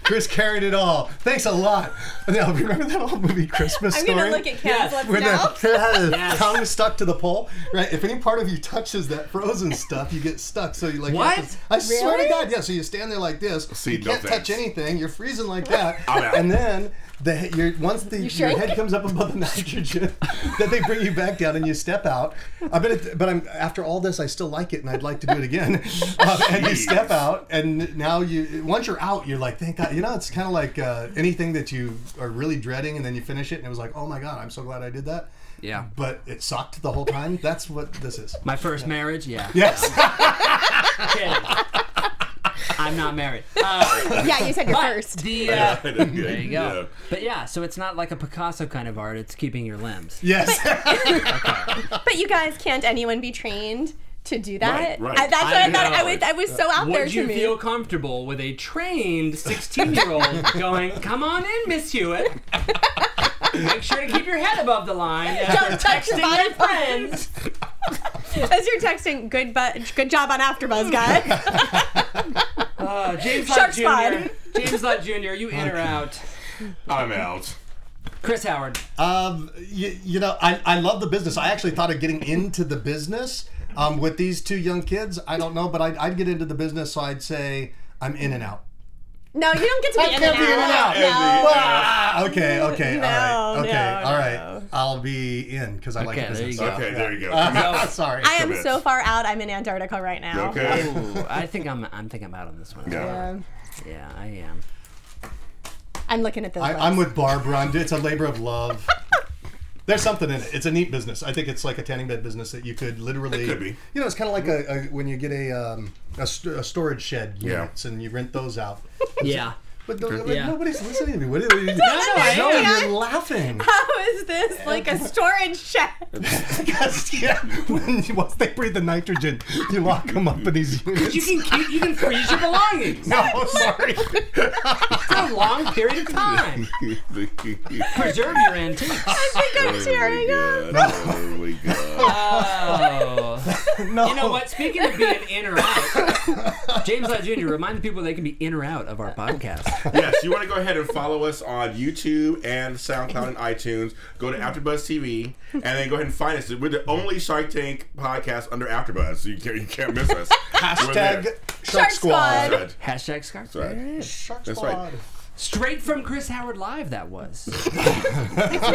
Chris carried it all. Thanks a lot. Now, remember that old movie Christmas
I'm
Story?
going to look at Cam's
Yes.
lips
When
now.
the, the tongue stuck to the pole, right? If any part of you touches that frozen stuff, you get stuck. So you like you have
What?
to- I swear to
Really?
God, yeah. So you stand there like this.
See,
you
no
can't touch
thanks.
anything. You're freezing like that.
<laughs> I'm out.
And then the your once the your
shrink?
head comes up above the <laughs> nitrogen, then they bring you back down and you step out. I bet. It, but I'm after all this, I still like it, and I'd like to do it again. <laughs> Uh, and you step out, and now you once you're out, you're like, thank God. You know, it's kind of like uh, anything that you are really dreading, and then you finish it, and it was like, oh my God, I'm so glad I did that.
Yeah.
But it sucked the whole time. That's what this is.
My first marriage, yeah. <laughs>
Yes.
Kidding. I'm not married.
<laughs>
Uh,
<laughs> Yeah, you said you're
but
first.
the uh,
<laughs> That's good.
there you go.
Yeah.
But yeah, so it's not like a Picasso kind of art. It's keeping your limbs.
yes.
But you guys, can't anyone be trained to do that?
Right, right.
I- that's what I,
I
thought. I
know.
was, I was so out there
Would
to
you
me.
feel comfortable with a trained 16 year <laughs> old going, come on in, Miss Hewitt? <laughs> Make sure to keep your head above the line. as
<laughs> Don't
you're
touch your
texting
body
your friends.
As you're texting, good, bu- good job on AfterBuzz, guys.
Uh, James
Shark
Lott Jr. James Lott Jr., you in or out?
I'm out.
Chris Howard.
<laughs> Um, you, you know, I, I love the business. I actually thought of getting into the business um, with these two young kids. I don't know, but I'd, I'd get into the business, so I'd say I'm in and out.
no, you don't get to be in
can't
and
be in
<laughs>
and
out.
out.
No.
Ah, okay, okay, all right,
No,
okay,
no,
all right. I'll be in because I like
Okay,
the
there you
business.
go.
Okay, there
<laughs>
you go.
Sorry.
I am
Commit.
so far out. I'm in Antarctica right now.
okay.
Ooh, I think I'm, I'm, think I'm out on this one.
Yeah.
Um,
Yeah, I am.
I'm looking at those.
I, I'm with Barbara. I'm, it's a labor of love. There's something in it. It's a neat business. I think it's like a tanning bed business that you could literally.
It could be.
You know, it's kind of like a, a when you get a um, a, st- a storage shed
Yeah.
units and you rent
<laughs>
those out.
Yeah.
But no,
Yeah.
nobody's listening to me. What are you?
I
no,
am.
you're
<laughs>
laughing. <laughs>
How is this like a storage shed? <laughs>
Because yeah, when, once they breathe the nitrogen, you lock them up in these units.
You can keep, you can freeze your belongings
<laughs> no,
<laughs>
I'm sorry.
for a long period of
<laughs>
time. Preserve your antiques.
I think I'm tearing up.
Oh my
<laughs>
god.
Oh.
No.
You know what? Speaking of being in or out, James Lott Jr. remind the people they can be in or out of our podcast.
yes, you want to go ahead and follow us on YouTube and SoundCloud and iTunes. Go to AfterBuzz TV and then go ahead and find us. We're the only Shark Tank podcast under AfterBuzz, so you can't, you can't miss us. We're there.
Hashtag
Shark
Shark
Squad.
Squad.
Good.
Hashtag Scar.
right.
There it is.
Shark
That's
Squad.
right.
Straight from Chris Howard Live, that was.
To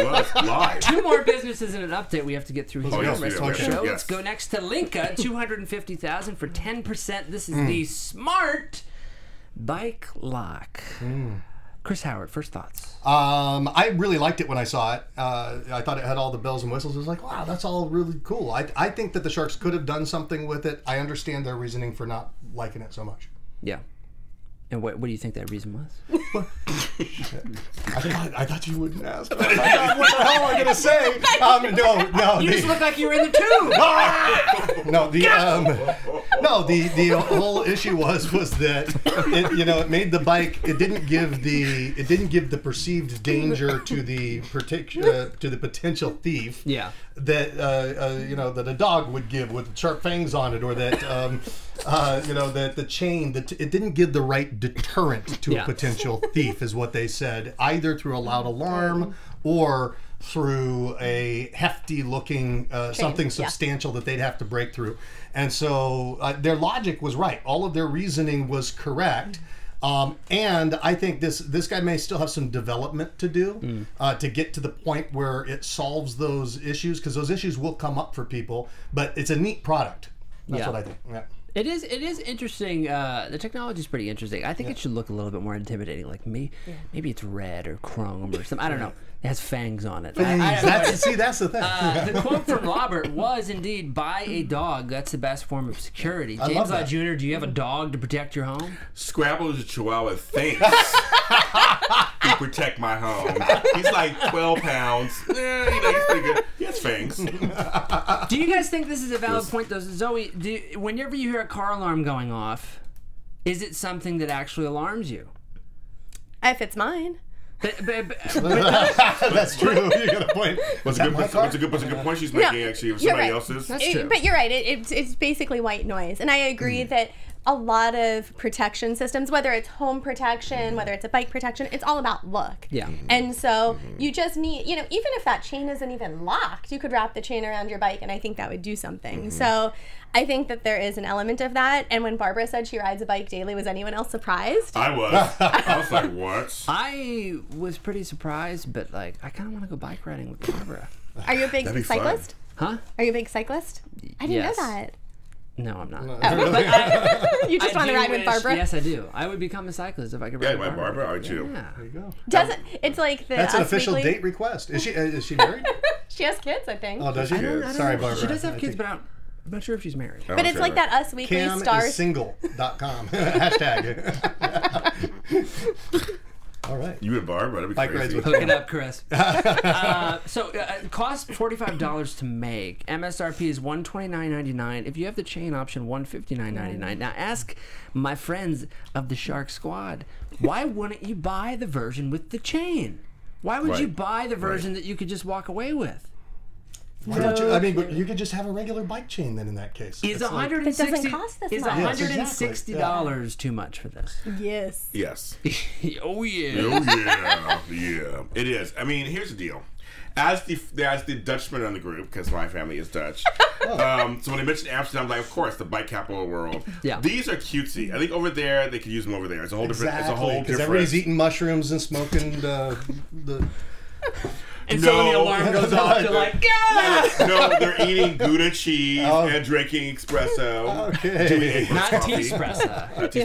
us, live.
Two more businesses and an update we have to get through here.
Oh, yes,
the rest
we
of
do,
our
okay,
show.
yes.
Let's go next to Linka, 250000 for 10%. This is
Mm.
the smart bike lock.
Mm.
Chris Howard, first thoughts.
Um, I really liked it when I saw it. Uh, I thought it had all the bells and whistles. I was like, wow, that's all really cool. I, I think that the Sharks could have done something with it. I understand their reasoning for not liking it so much.
Yeah. And what, what do you think that reason was?
I thought, I thought you wouldn't ask. I thought, <laughs> what the hell am I going
<laughs>
to say? Um, no, no.
You
the-
just look like you were
<laughs>
in the tube.
no, the um, no, the the whole issue was was that it, you know it made the bike. It didn't give the it didn't give the perceived danger to the partic- uh, to the potential thief.
Yeah.
That uh, uh, you know that a dog would give with sharp fangs on it, or that um, uh, you know that the chain that it didn't give the right deterrent to
Yeah.
a potential thief is what they said, either through a loud alarm or through a hefty looking uh, something
yeah.
substantial that they'd have to break through. And so uh, their logic was right. All of their reasoning was correct. Um, and I think this this guy may still have some development to do uh, to get to the point where it solves those issues because those issues will come up for people. But it's a neat product. That's
Yeah.
what I think. Yeah.
It is. It is interesting. Uh, the technology is pretty interesting. I think it should look a little bit more intimidating. Like me, maybe it's red or chrome or something. I don't know. It has fangs on
<laughs>
it. I- I don't know.
That's, see, that's the thing. <laughs>
Uh, the quote from Robert was indeed buy a dog. That's the best form of security.
love
James Law
that.
Jr., do you have a dog to protect your home?
Scrabble is a chihuahua. Thanks. to protect my home. He's like 12 pounds. Yeah, you know, he's pretty good. He has fangs.
Uh,
Do you guys think this is a valid point, though? Zoe, do you- whenever you hear a car alarm going off, is it something that actually alarms you?
If it's mine.
But, but,
<laughs>
but- <laughs>
that's true. You got a point.
What's a good, what's, a good, what's a good point she's making, actually, of
you're
somebody
right.
else's?
It-
true.
But you're right. It, it's, it's basically white noise. And I agree that a lot of protection systems, whether it's home protection, whether it's a bike protection, it's all about look.
Yeah.
And so you just need, you know, even if that chain isn't even locked, you could wrap the chain around your bike and I think that would do something. So I think that there is an element of that. And when Barbara said she rides a bike daily, was anyone else surprised?
I was. I was like, what?
I was pretty surprised, but like, I kind of want to go bike riding with Barbara.
Are you a big
That'd be fun.
cyclist?
Huh?
Are you a big cyclist? I didn't
yes.
know that. <laughs>
No, I'm not.
You just
I
want to
do
ride with
wish-
Barbara.
Yes, I do. I would become a cyclist if I could
Yeah,
ride
my
with Barbara.
Barbara, aren't you?
Yeah.
Doesn't it's like the
That's an
Us
official
Weekly-
date request. Is she uh, is she married?
She has kids, I think.
Oh, does she?
don't- I don't
Sorry,
know.
Barbara.
She does have
I
kids,
think
but I'm I'm not sure if she's married.
but
I'm not
it's
sure
like
about
that Us Weekly
Cam
stars.
is single.com. <laughs> Hashtag. <laughs> All right.
You and Barbara, that'd be
Bike rides
crazy.
with
Hook it up, Chris. uh, so <laughs> uh, it costs forty five dollars to make. MSRP is one twenty nine ninety nine. If you have the chain option, one fifty nine ninety nine. Now ask my friends of the Shark Squad, why wouldn't you buy the version with the chain? Why would you
Right.
buy the version that you could just walk away with?
Why don't you? I mean, but you could just have a regular bike chain then in that
Is
case. It's
one
like-
hundred and
That
sixty
doesn't cost this
is
much.
one
Yes,
hundred
exactly.
and sixty dollars too much for this?
yes.
<laughs>
Yes.
<laughs> oh yeah.
Oh yeah, yeah. It is. I mean, here's the deal. As the as the Dutchman on the group, because my family is
<laughs>
Dutch.
Oh.
um, so when they mentioned Amsterdam, I'm like, of course, the bike capital of the world.
Yeah.
These are cutesy. I think over there they could use them over there. It's a whole different. It's a
Exactly,
whole
because
different.
everybody's eating mushrooms and smoking the. the
And so when the
No.
alarm goes off, you're
<laughs>
like, yeah.
no, they're eating Gouda cheese
Oh.
and drinking espresso. <laughs>
Okay.
Doing English
Not
coffee.
tea espresso.
Not tea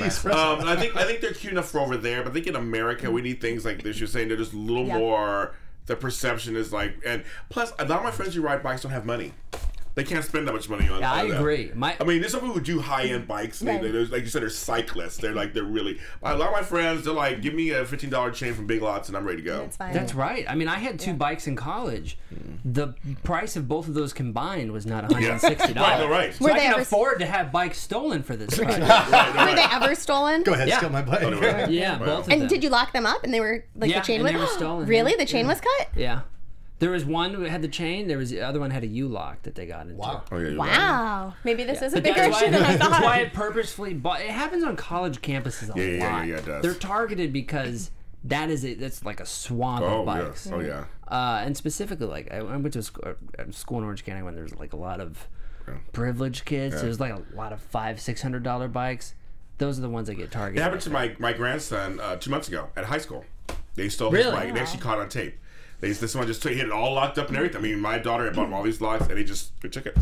espresso. Um, and I think I think they're cute enough for over there, but I think in America we need things like this. You're saying they're just a little
Yeah.
more. The perception is like, and plus, a lot of my friends who ride bikes don't have money. They can't spend that much money on.
Yeah, I
on that.
agree. My-
I mean, there's some people who do high end bikes. and They,
Right.
they're- like you said, they're cyclists. They're like they're really. A lot of my friends, they're like, give me a fifteen dollar chain from Big Lots, and I'm ready to go.
That's fine.
That's right. I mean, I had two bikes in college.
Mm.
The price of both of those combined was not one hundred and sixty
<laughs> Right,
dollars.
no, right.
Were
I
they
can
ever
afford to have bikes stolen for
<laughs>
this price.
Right, no,
were they ever stolen?
go ahead,
Yeah.
steal my
<laughs>
bike. <laughs>
no, right.
yeah,
Wow.
both of them.
And did you lock them up and they were like
Yeah,
the
and
chain was
they were
<gasps>
stolen,
Really?
yeah.
The chain was cut?
Yeah, there was one who had the chain. There was the other one had a U lock that they got into.
Wow.
Oh, yeah, you're right.
Wow. Maybe this is a
But
bigger
that's, why,
issue than
<laughs>
I
that's why
thought.
I purposefully bought. It happens on college campuses a
Yeah, yeah, yeah,
lot.
yeah, it does.
They're targeted because that is a that's like a swamp
Oh
of bikes.
yeah. Oh yeah.
Uh, and specifically, like I, I went to a school, uh, school in Orange County when there's like a lot of privileged kids. There's like a lot of five, six hundred dollar bikes. Those are the ones that get
It
targeted.
happened to my, my grandson uh, two months ago at high school. They stole his
Really?
bike. They actually caught it on tape. They, this one just took, he had it all locked up and everything. I mean, my daughter had bought him all these locks, and he just they took it.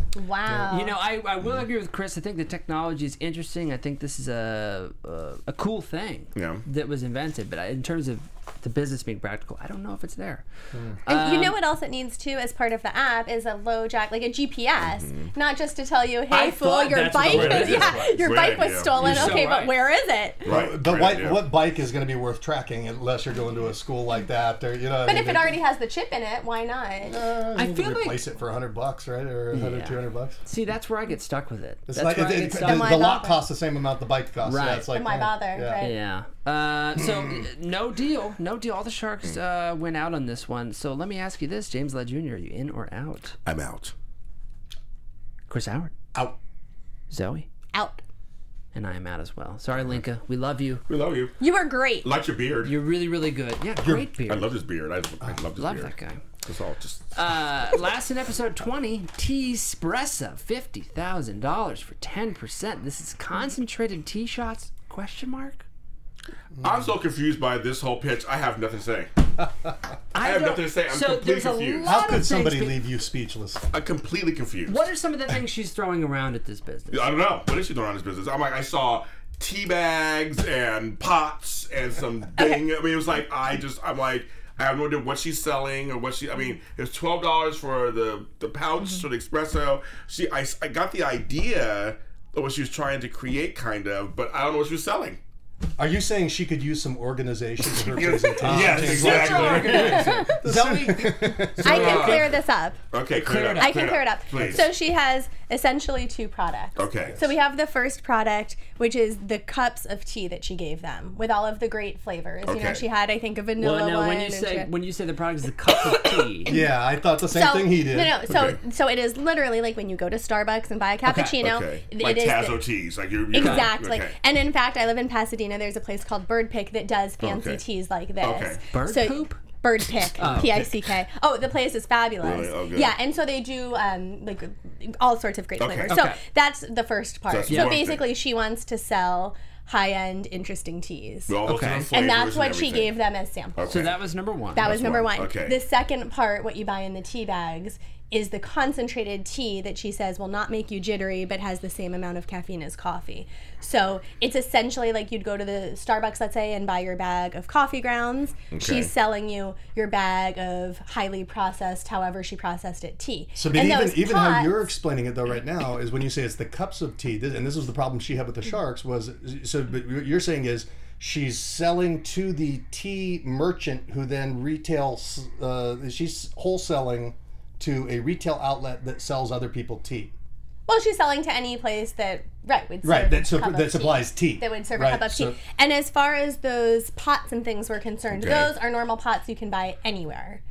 <laughs>
Wow.
you know, I, I will agree with Chris. I think the technology is interesting. I think this is a a, a cool thing
Yeah.
that was invented. But I, in terms of the business being practical, I don't know if it's there.
Hmm.
um,
And you know what else it needs too as part of the app is a low jack like a GPS, not just to tell you, hey
Mm-hmm. I
fool,
thought
your
that's what
bike
the
is,
idea
yeah,
was.
your
Great
bike was
idea.
stolen.
You're so
okay,
right.
but where is it?
Right.
But
great
what,
idea.
what bike is going to be worth tracking unless you're going to a school like that? Or, you know,
But if it already has the chip in it, why not?
I feel like-
Uh, replace it for 100 bucks, right? Or 100,
Yeah.
200 bucks.
See, that's where I get stuck with it.
It's
that's
like
where
it,
I
it,
get
the,
stuck.
Why
the lot
bother?
costs the same amount the bike costs. Yeah,
Right.
it's like,
Then why
oh,
bother,
yeah.
right?
Yeah. Uh, so <clears throat> no deal, no deal. All the sharks uh, went out on this one. So let me ask you this, James Ladd Jr. Are you in or out?
I'm out.
Chris Howard,
Out.
Zoe,
Out.
and I am out as well. Sorry, Linka. We love you.
We love you.
You were great.
Like your beard.
You're really, really good. Yeah, great
I
beard.
love this beard. I, I love this
Love
beard.
that guy.
It's all just.
Uh, last in episode 20, Tea Espresso, $50,000 for 10%. This is concentrated tea shots, question mark?
I'm so confused by this whole pitch. I have nothing to say. I have
don't-
nothing to say. I'm
so
completely
there's a
confused.
lot
How
of
could
things
somebody
be-
leave you speechless?
I'm completely confused.
What are some of the things she's throwing around at this business?
I don't know. What is she doing on this business? I'm like, I saw tea bags and pots and some
<laughs>
thing. I mean, it was like, I just, I'm like, I have no idea what she's selling or what she. I mean, it's twelve dollars for the the pouch
Mm-hmm.
for the espresso. She, I, I got the idea of what she was trying to create, kind of, but I don't know what she was selling.
Are you saying she could use some organization in
<laughs>
her presentation?
Zoe,
I can clear this up.
Okay, clear, it up.
I can clear it up.
Please.
So she has essentially two products.
Okay.
So we have the first product, which is the cups of tea that she gave them with all of the great flavors. You know,
Okay.
she had I think a vanilla
well, no,
one.
when you
and
say
she had-
when you say the product is the cup
<coughs>
of tea,
Yeah, I thought the same thing he did.
No, no. So,
Okay.
so it is literally like when you go to Starbucks and buy a cappuccino.
okay.
it
like
is the-
Tazo teas, like you're, you're
Exactly.
Okay.
And in fact, I live in Pasadena. There's a place called Bird Pick that does fancy
Okay.
teas like this.
Okay.
Bird poop?
Bird Pick, P I C K. Oh, the place is fabulous.
Really? Oh, good.
yeah, and so they do um, like all sorts of great
Okay.
flavors. So
Okay.
that's the first part.
that's
so
one thing.
basically, she wants to sell high-end, interesting teas,
All those
Okay.
different
and
flavors
that's what she
everything.
gave them as samples.
Okay.
so that was number one.
That was number
one.
one.
Okay.
The second part, what you buy in the tea bags, is the concentrated tea that she says will not make you jittery but has the same amount of caffeine as coffee. So it's essentially like you'd go to the Starbucks, let's say, and buy your bag of coffee grounds.
Okay.
She's selling you your bag of highly processed, however she processed it, tea.
So, but even,
those
even how you're
pots-
explaining it though right now is when you say it's the cups of tea, this, and this was the problem she had with the
Mm.
sharks was so. But what you're saying is she's selling to the tea merchant who then retails. Uh, she's wholesaling to a retail outlet that sells other people tea.
Well, she's selling to any place that right would serve
Right, that sup-
a cup of
that supplies tea.
That would serve
Right,
a cup of
so-
tea. And as far as those pots and things were concerned,
Okay.
those are normal pots you can buy anywhere.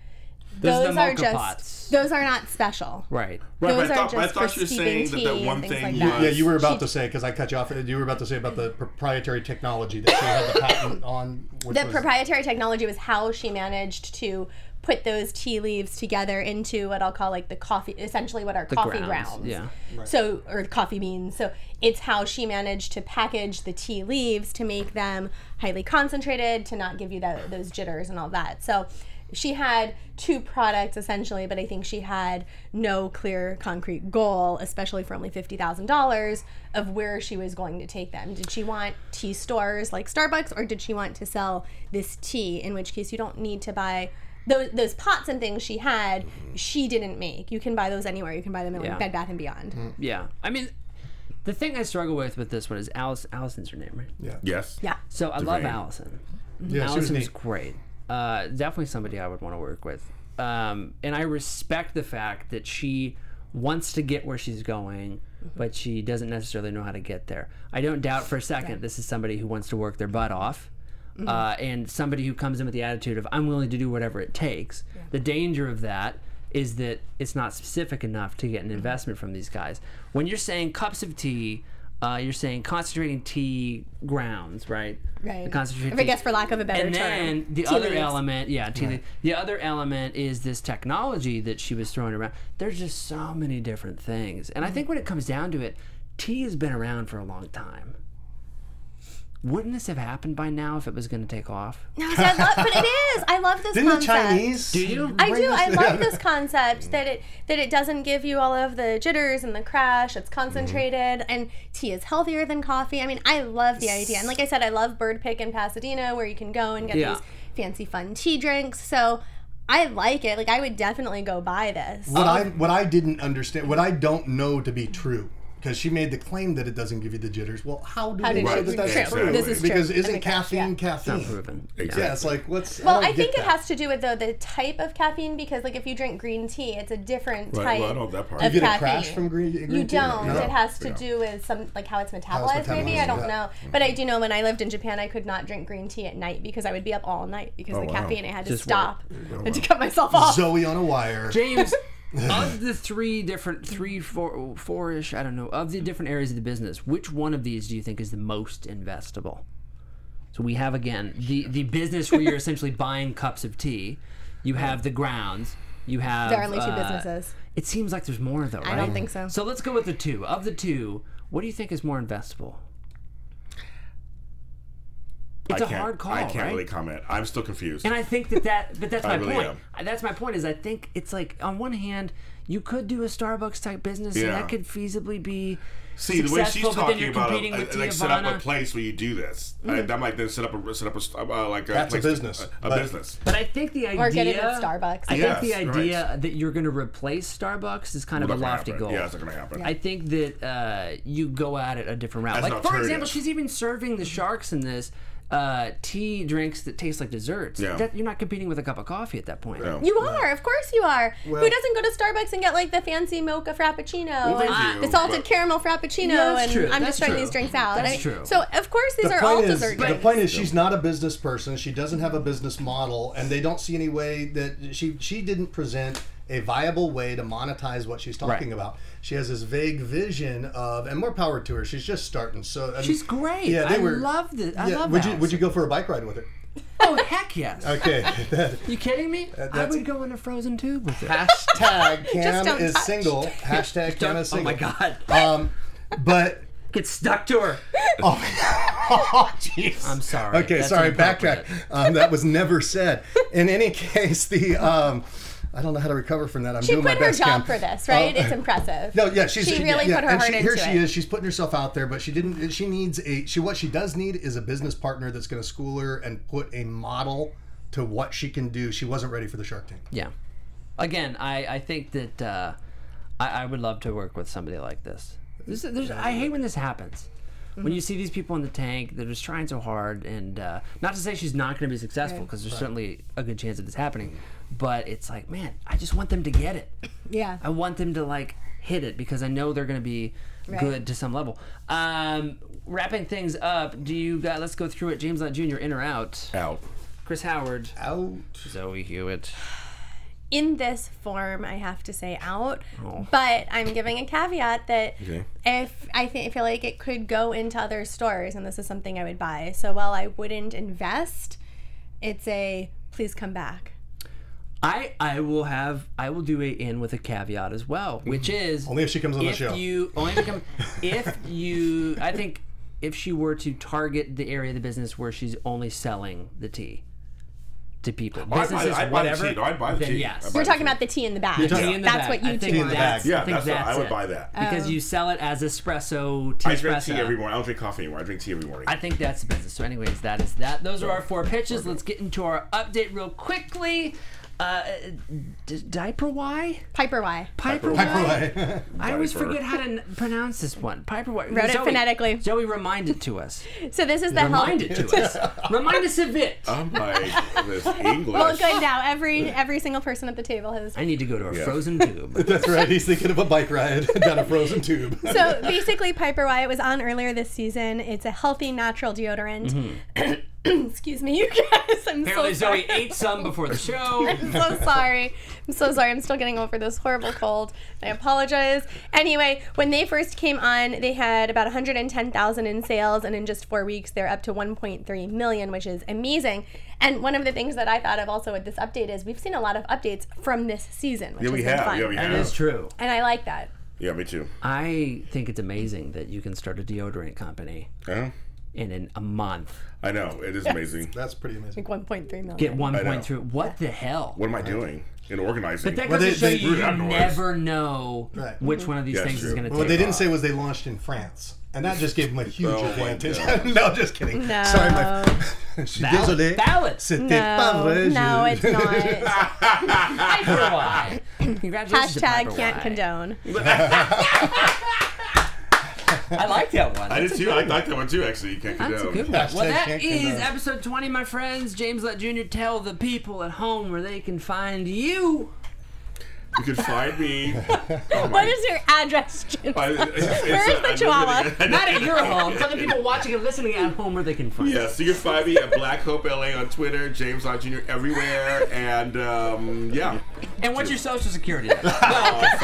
Those are the
those are
mocha
just
pots.
those are not special.
right.
Right,
Those
but I
are
thought, but I
just
thought
for
you were
steeping
saying that
tea
that
and
one
things
thing
like
was.
that.
Yeah, you were about to say because I cut you off. You were about to say about the proprietary technology that she had the patent on. Which
The
was-
proprietary technology was how she managed to put those tea leaves together into what I'll call like the coffee, essentially what are coffee
grounds,
grounds.
yeah.
So or coffee beans. So it's how she managed to package the tea leaves to make them highly concentrated to not give you tho- those jitters and all that. So. She had two products essentially, but I think she had no clear concrete goal, especially for only $50,000, of where she was going to take them. Did she want tea stores like Starbucks, or did she want to sell this tea? In which case, you don't need to buy those those pots and things she had. She didn't make. You can buy those anywhere. You can buy them at like,
Yeah.
Bed Bath and Beyond.
Mm.
Yeah, I mean, the thing I struggle with with this one is Alice. Allison's her name, right?
Yes.
Yeah.
So I love
Devane.
Allison.
Yeah, she was
Allison's
neat.
great. Uh, definitely somebody I would want to work with. Um, and I respect the fact that she wants to get where she's going,
Mm-hmm.
but she doesn't necessarily know how to get there. I don't doubt for a second this is somebody who wants to work their butt off.
Mm-hmm.
Uh, and somebody who comes in with the attitude of I'm willing to do whatever it takes. The danger of that is that it's not specific enough to get
Mm-hmm.
an investment from these guys. When you're saying cups of tea, uh, you're saying concentrating tea grounds, right?
Right.
The concentrated
If I
tea.
guess for lack of a better
and
term.
then the
tea
other
leaves.
element, yeah, tea leaf- the other element is this technology that she was throwing around. There's just so many different things,
Mm.
and I think when it comes down to it, tea has been around for a long time. Wouldn't this have happened by now if it was going to take off?
No, see, I love, but it is. I love this
Didn't the
concept.
Chinese? Do
you?
I do. I love this concept that it that it doesn't give you all of the jitters and the crash. It's concentrated,
Mm-hmm.
and tea is healthier than coffee. I mean, I love the idea, and like I said, I love Bird Pick in Pasadena, where you can go and get
Yeah.
these fancy, fun tea drinks. So I like it. Like I would definitely go buy this.
What I what I didn't understand, what I don't know to be true, because she made the claim that it doesn't give you the jitters. Well, how do
How
they
did
know
Right,
you? True.
that that's
exactly.
true?
This is true.
because
I
isn't
think that's- yeah.
caffeine caffeine?
Proven.
Yeah, it's like what's.
Well,
don't
I, think
get
it
that.
has to do with though the type of caffeine because like if you drink green tea, it's a different
Right,
type
well, I know that part.
of
You
get a
caffeine.
crash from green- green
you
tea?
don't.
No.
It has to
No.
do with some like how it's metabolized. maybe I
metabolized,
don't
yeah.
know, but I do know when I lived in Japan, I could not drink green tea at night because I would be up all night because of the
Oh, wow. Oh,
caffeine. I had to
Just
stop and to cut myself off.
Zoe on a
<laughs>
wire.
James, of the three different, three, four, four-ish, I don't know, of the different areas of the business, which one of these do you think is the most investable? So we have again the the business where
<laughs>
you're essentially buying cups of tea. You have the grounds. You have
there are only two
uh,
businesses.
It seems like there's more though, right?
I don't think so.
So let's go with the two. Of the two, what do you think is more investable? It's
I
a
can't,
hard call,
I can't
right?
really comment. I'm still confused.
And I think that that, but that's
<laughs> I
my
really
point.
am.
I- That's my point. Is I think it's like on one hand, you could do a Starbucks type business, and
Yeah.
that could feasibly be
See the way she's
successful, but then
talking
you're
about
competing
a,
with Hmm.
like set up a
Teavana.
place where you do this. Uh, that might then set up a set up a st- uh, like a
That's a
place to-
business,
a, a
but-
business.
But I think the idea
Or get it at Starbucks.
I
Yes,
think the
right.
idea that you're going to replace Starbucks is kind of a
That's not
lofty
gonna
goal.
happen. Yeah, it's not gonna happen.
I think that uh, you go at it a different route.
As an
like for example,
alternative.
she's even serving the sharks in this uh, tea drinks that taste like desserts.
Yeah.
That, you're not competing with a cup of coffee at that point.
No.
You are, of course you are.
Well-
Who doesn't go to Starbucks and get like the fancy mocha frappuccino
they
and
do,
the salted
but-
caramel frappuccino?
Yeah, that's
and
true,
I'm
that's
just throwing
true.
these drinks out.
That's
I mean,
true.
So of course these
the
are all
point is,
dessert
the
drinks.
point is, she's not a business person. She doesn't have a business model, and they don't see any way that she she didn't present a viable way to monetize what she's talking about. She has this vague vision of, and more power to her. She's just starting, so I mean-
She's great.
Yeah, they
I
were.
love this. I
yeah,
love
would
that.
you would you go for a bike ride
<laughs>
with her?
Oh heck yes.
Okay. <laughs> that-
You kidding me? I
that's-
would go in a frozen tube with it.
hashtag Cam
don't
is
touch.
single. Hashtag Cam
<laughs>
is
oh
single.
my god.
Um, but
Get stuck to her.
oh, jeez.
I'm sorry.
Okay,
That's
sorry,
inappropriate.
backtrack. Um, that was never said. In any case, the um, I don't know how to recover from that. I'm
she
doing
quit
my
her
best.
job
Cam. Oh,
for this, right?
<laughs>
it's impressive.
No, yeah, she's
she really
yeah,
put her
and
heart
she,
into
Here
it.
she is. She's putting herself out there, but she didn't. She needs a. She what she does need is a business partner that's going to school her and put a model to what she can do. She wasn't ready for the Shark Tank.
Yeah. Again, I, I think that uh, I, I would love to work with somebody like this. this is- there's, I hate when this happens. When you see these people in the tank, they're just trying so hard, and uh, not to say she's not going to be successful, because there's certainly a good chance of this happening. But it's like, man, I just want them to get it.
Yeah.
I want them to like hit it because I know they're going to be
Right.
good to some level. Um, wrapping things up, do you guys? Let's go through it. James Lott Jr. In or out?
Out.
Chris Howard,
Out.
Zoe Hewitt.
in this form, I have to say out.
Oh.
But I'm giving a caveat that if I think I feel like it could go into other stores, and this is something I would buy. So while I wouldn't invest, it's a please come back.
I I will have I will do a in with a caveat as well, which
Mm-hmm.
is
Only if she comes on the
if
show.
You only if, you
<laughs>
come- if you I think if she were to target the area of the business where she's only selling the tea to people,
I'd buy,
businesses,
I'd buy the
whatever.
tea. though. I'd buy the
then
tea.
yes.
I'd buy
We're
the
talking
tea.
about the tea in the bag.
Tea in the
That's
bag.
what Oh. you
I
two
think
want.
that's-
Yeah,
I think
that's. what- I would
it.
buy that.
because you sell it as espresso tea
I drink tea
espresso.
every morning. I don't drink coffee anymore. I drink tea every morning.
I think that's the business. So, anyways, that is that. Those are our four pitches. Let's get into our update real quickly. Uh, d- diaper Y?
Piper Y.
Piper Y?
Right. <laughs>
I always
Diaper.
forget how to n- pronounce this one. Piper Y.
Wrote it phonetically.
Joey, remind it to
<laughs>
us.
So this is the
Remind
help.
it to us. Remind us of it.
<laughs> I'm
<laughs>
like this English.
Well, good now. Every every single person at the table has.
I need to go to a frozen tube.
<laughs>
That's right. He's thinking of a bike ride <laughs> down a frozen tube.
So basically, Piper Y. It was on earlier this season. It's a healthy, natural deodorant. <coughs> Excuse me, you guys. I'm
Mm-hmm. Apparently,
so sorry.
Zoe ate some before the
<laughs>
show.
I'm so sorry. I'm so sorry. I'm still getting over this horrible cold. I apologize. Anyway, when they first came on, they had about 110,000 in sales, and in just four weeks, they're up to 1.3 million, which is amazing. And one of the things that I thought of also with this update is we've seen a lot of updates from this season, which
Yeah,
is
we have.
fun.
Yeah, we
That is
have.
true.
And I like that.
Yeah, me too.
I think it's amazing that you can start a deodorant company
Yeah.
and in a month
I know. It is amazing.
<laughs> That's pretty amazing.
Like 1.3 million.
get one
I know.
point through. What the hell?
What am I doing in organizing?
But that
Well,
goes
they-
to show
they-
you, you
Outdoors.
never know
Right.
which one of these
Yes,
things is
true.
going to take
Well, they didn't
off.
say was they launched in France, and that just gave them a huge
Oh, my
advantage.
God.
<laughs> no, just kidding.
No.
Sorry, my. <laughs> Je suis
Ballot-
désolé.
ballot.
C'était pas
No,
vrai,
no,
je-
it's
<laughs>
not.
Piper Y. <laughs> Congratulations to Piper
Hashtag can't
Y.
condone.
I like that one.
I
That's
did too. I like that one too. Actually, you can't
a good
condone.
one.
Hashtag
Well, that
can't
is
condone.
episode 20, my friends. James Lett Jr. Tell the people at home where they can find you.
You can find me.
<laughs>
What is your address, Jim?
Where's
the chihuahua?
<laughs>
Not at your home. Tell the people watching and listening at home where they can find you.
Yeah, so you can find me at Black Hope LA on Twitter, James Lott Jr. everywhere, and um, yeah,
And what's your social security? number?
uh,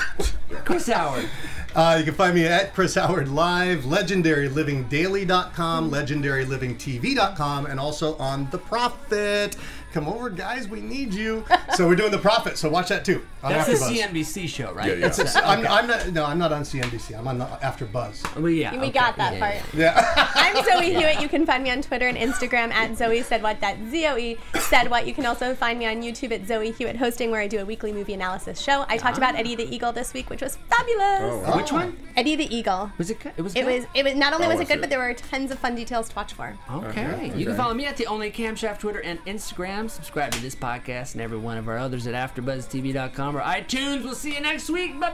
<laughs> five.
Chris Howard.
Uh, you can find me at Chris Howard Live, legendarylivingdaily.com, legendarylivingtv.com, and also on The Prophet. Come over, guys. We need you. So we're doing the profit. So watch that too. On
That's a
AfterBuzz.
CNBC show, right?
Yeah, yeah. It's a
That's
I'm, I'm not. No, I'm not on CNBC. I'm on the After Buzz.
well, yeah,
We
okay.
got that
Yeah,
part.
Yeah.
<laughs> I'm Zoe Hewitt. You can find me on Twitter and Instagram at Zoe Said What. That Zoe E Said What. You can also find me on YouTube at Zoe Hewitt Hosting, where I do a weekly movie analysis show. I talked about Eddie the Eagle this week, which was fabulous.
Oh,
Which one?
Eddie the Eagle.
Was it good? It was
It
good?
was. It was not only
I
was
wanna
it good,
see it.
but there were tons of fun details to watch for.
Okay. You can follow me at the Only Camshaft Twitter and Instagram. Subscribe to this podcast and every one of our others at AfterBuzzTV.com or iTunes. We'll see you next week. Bye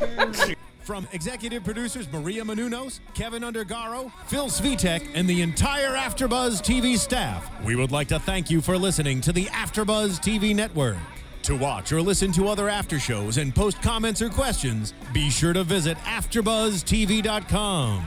bye.
From executive producers Maria Manunos, Kevin Undergaro, Phil Svitek, and the entire AfterBuzz TV staff, we would like to thank you for listening to the AfterBuzz TV network. To watch or listen to other after shows and post comments or questions, be sure to visit AfterBuzzTV.com.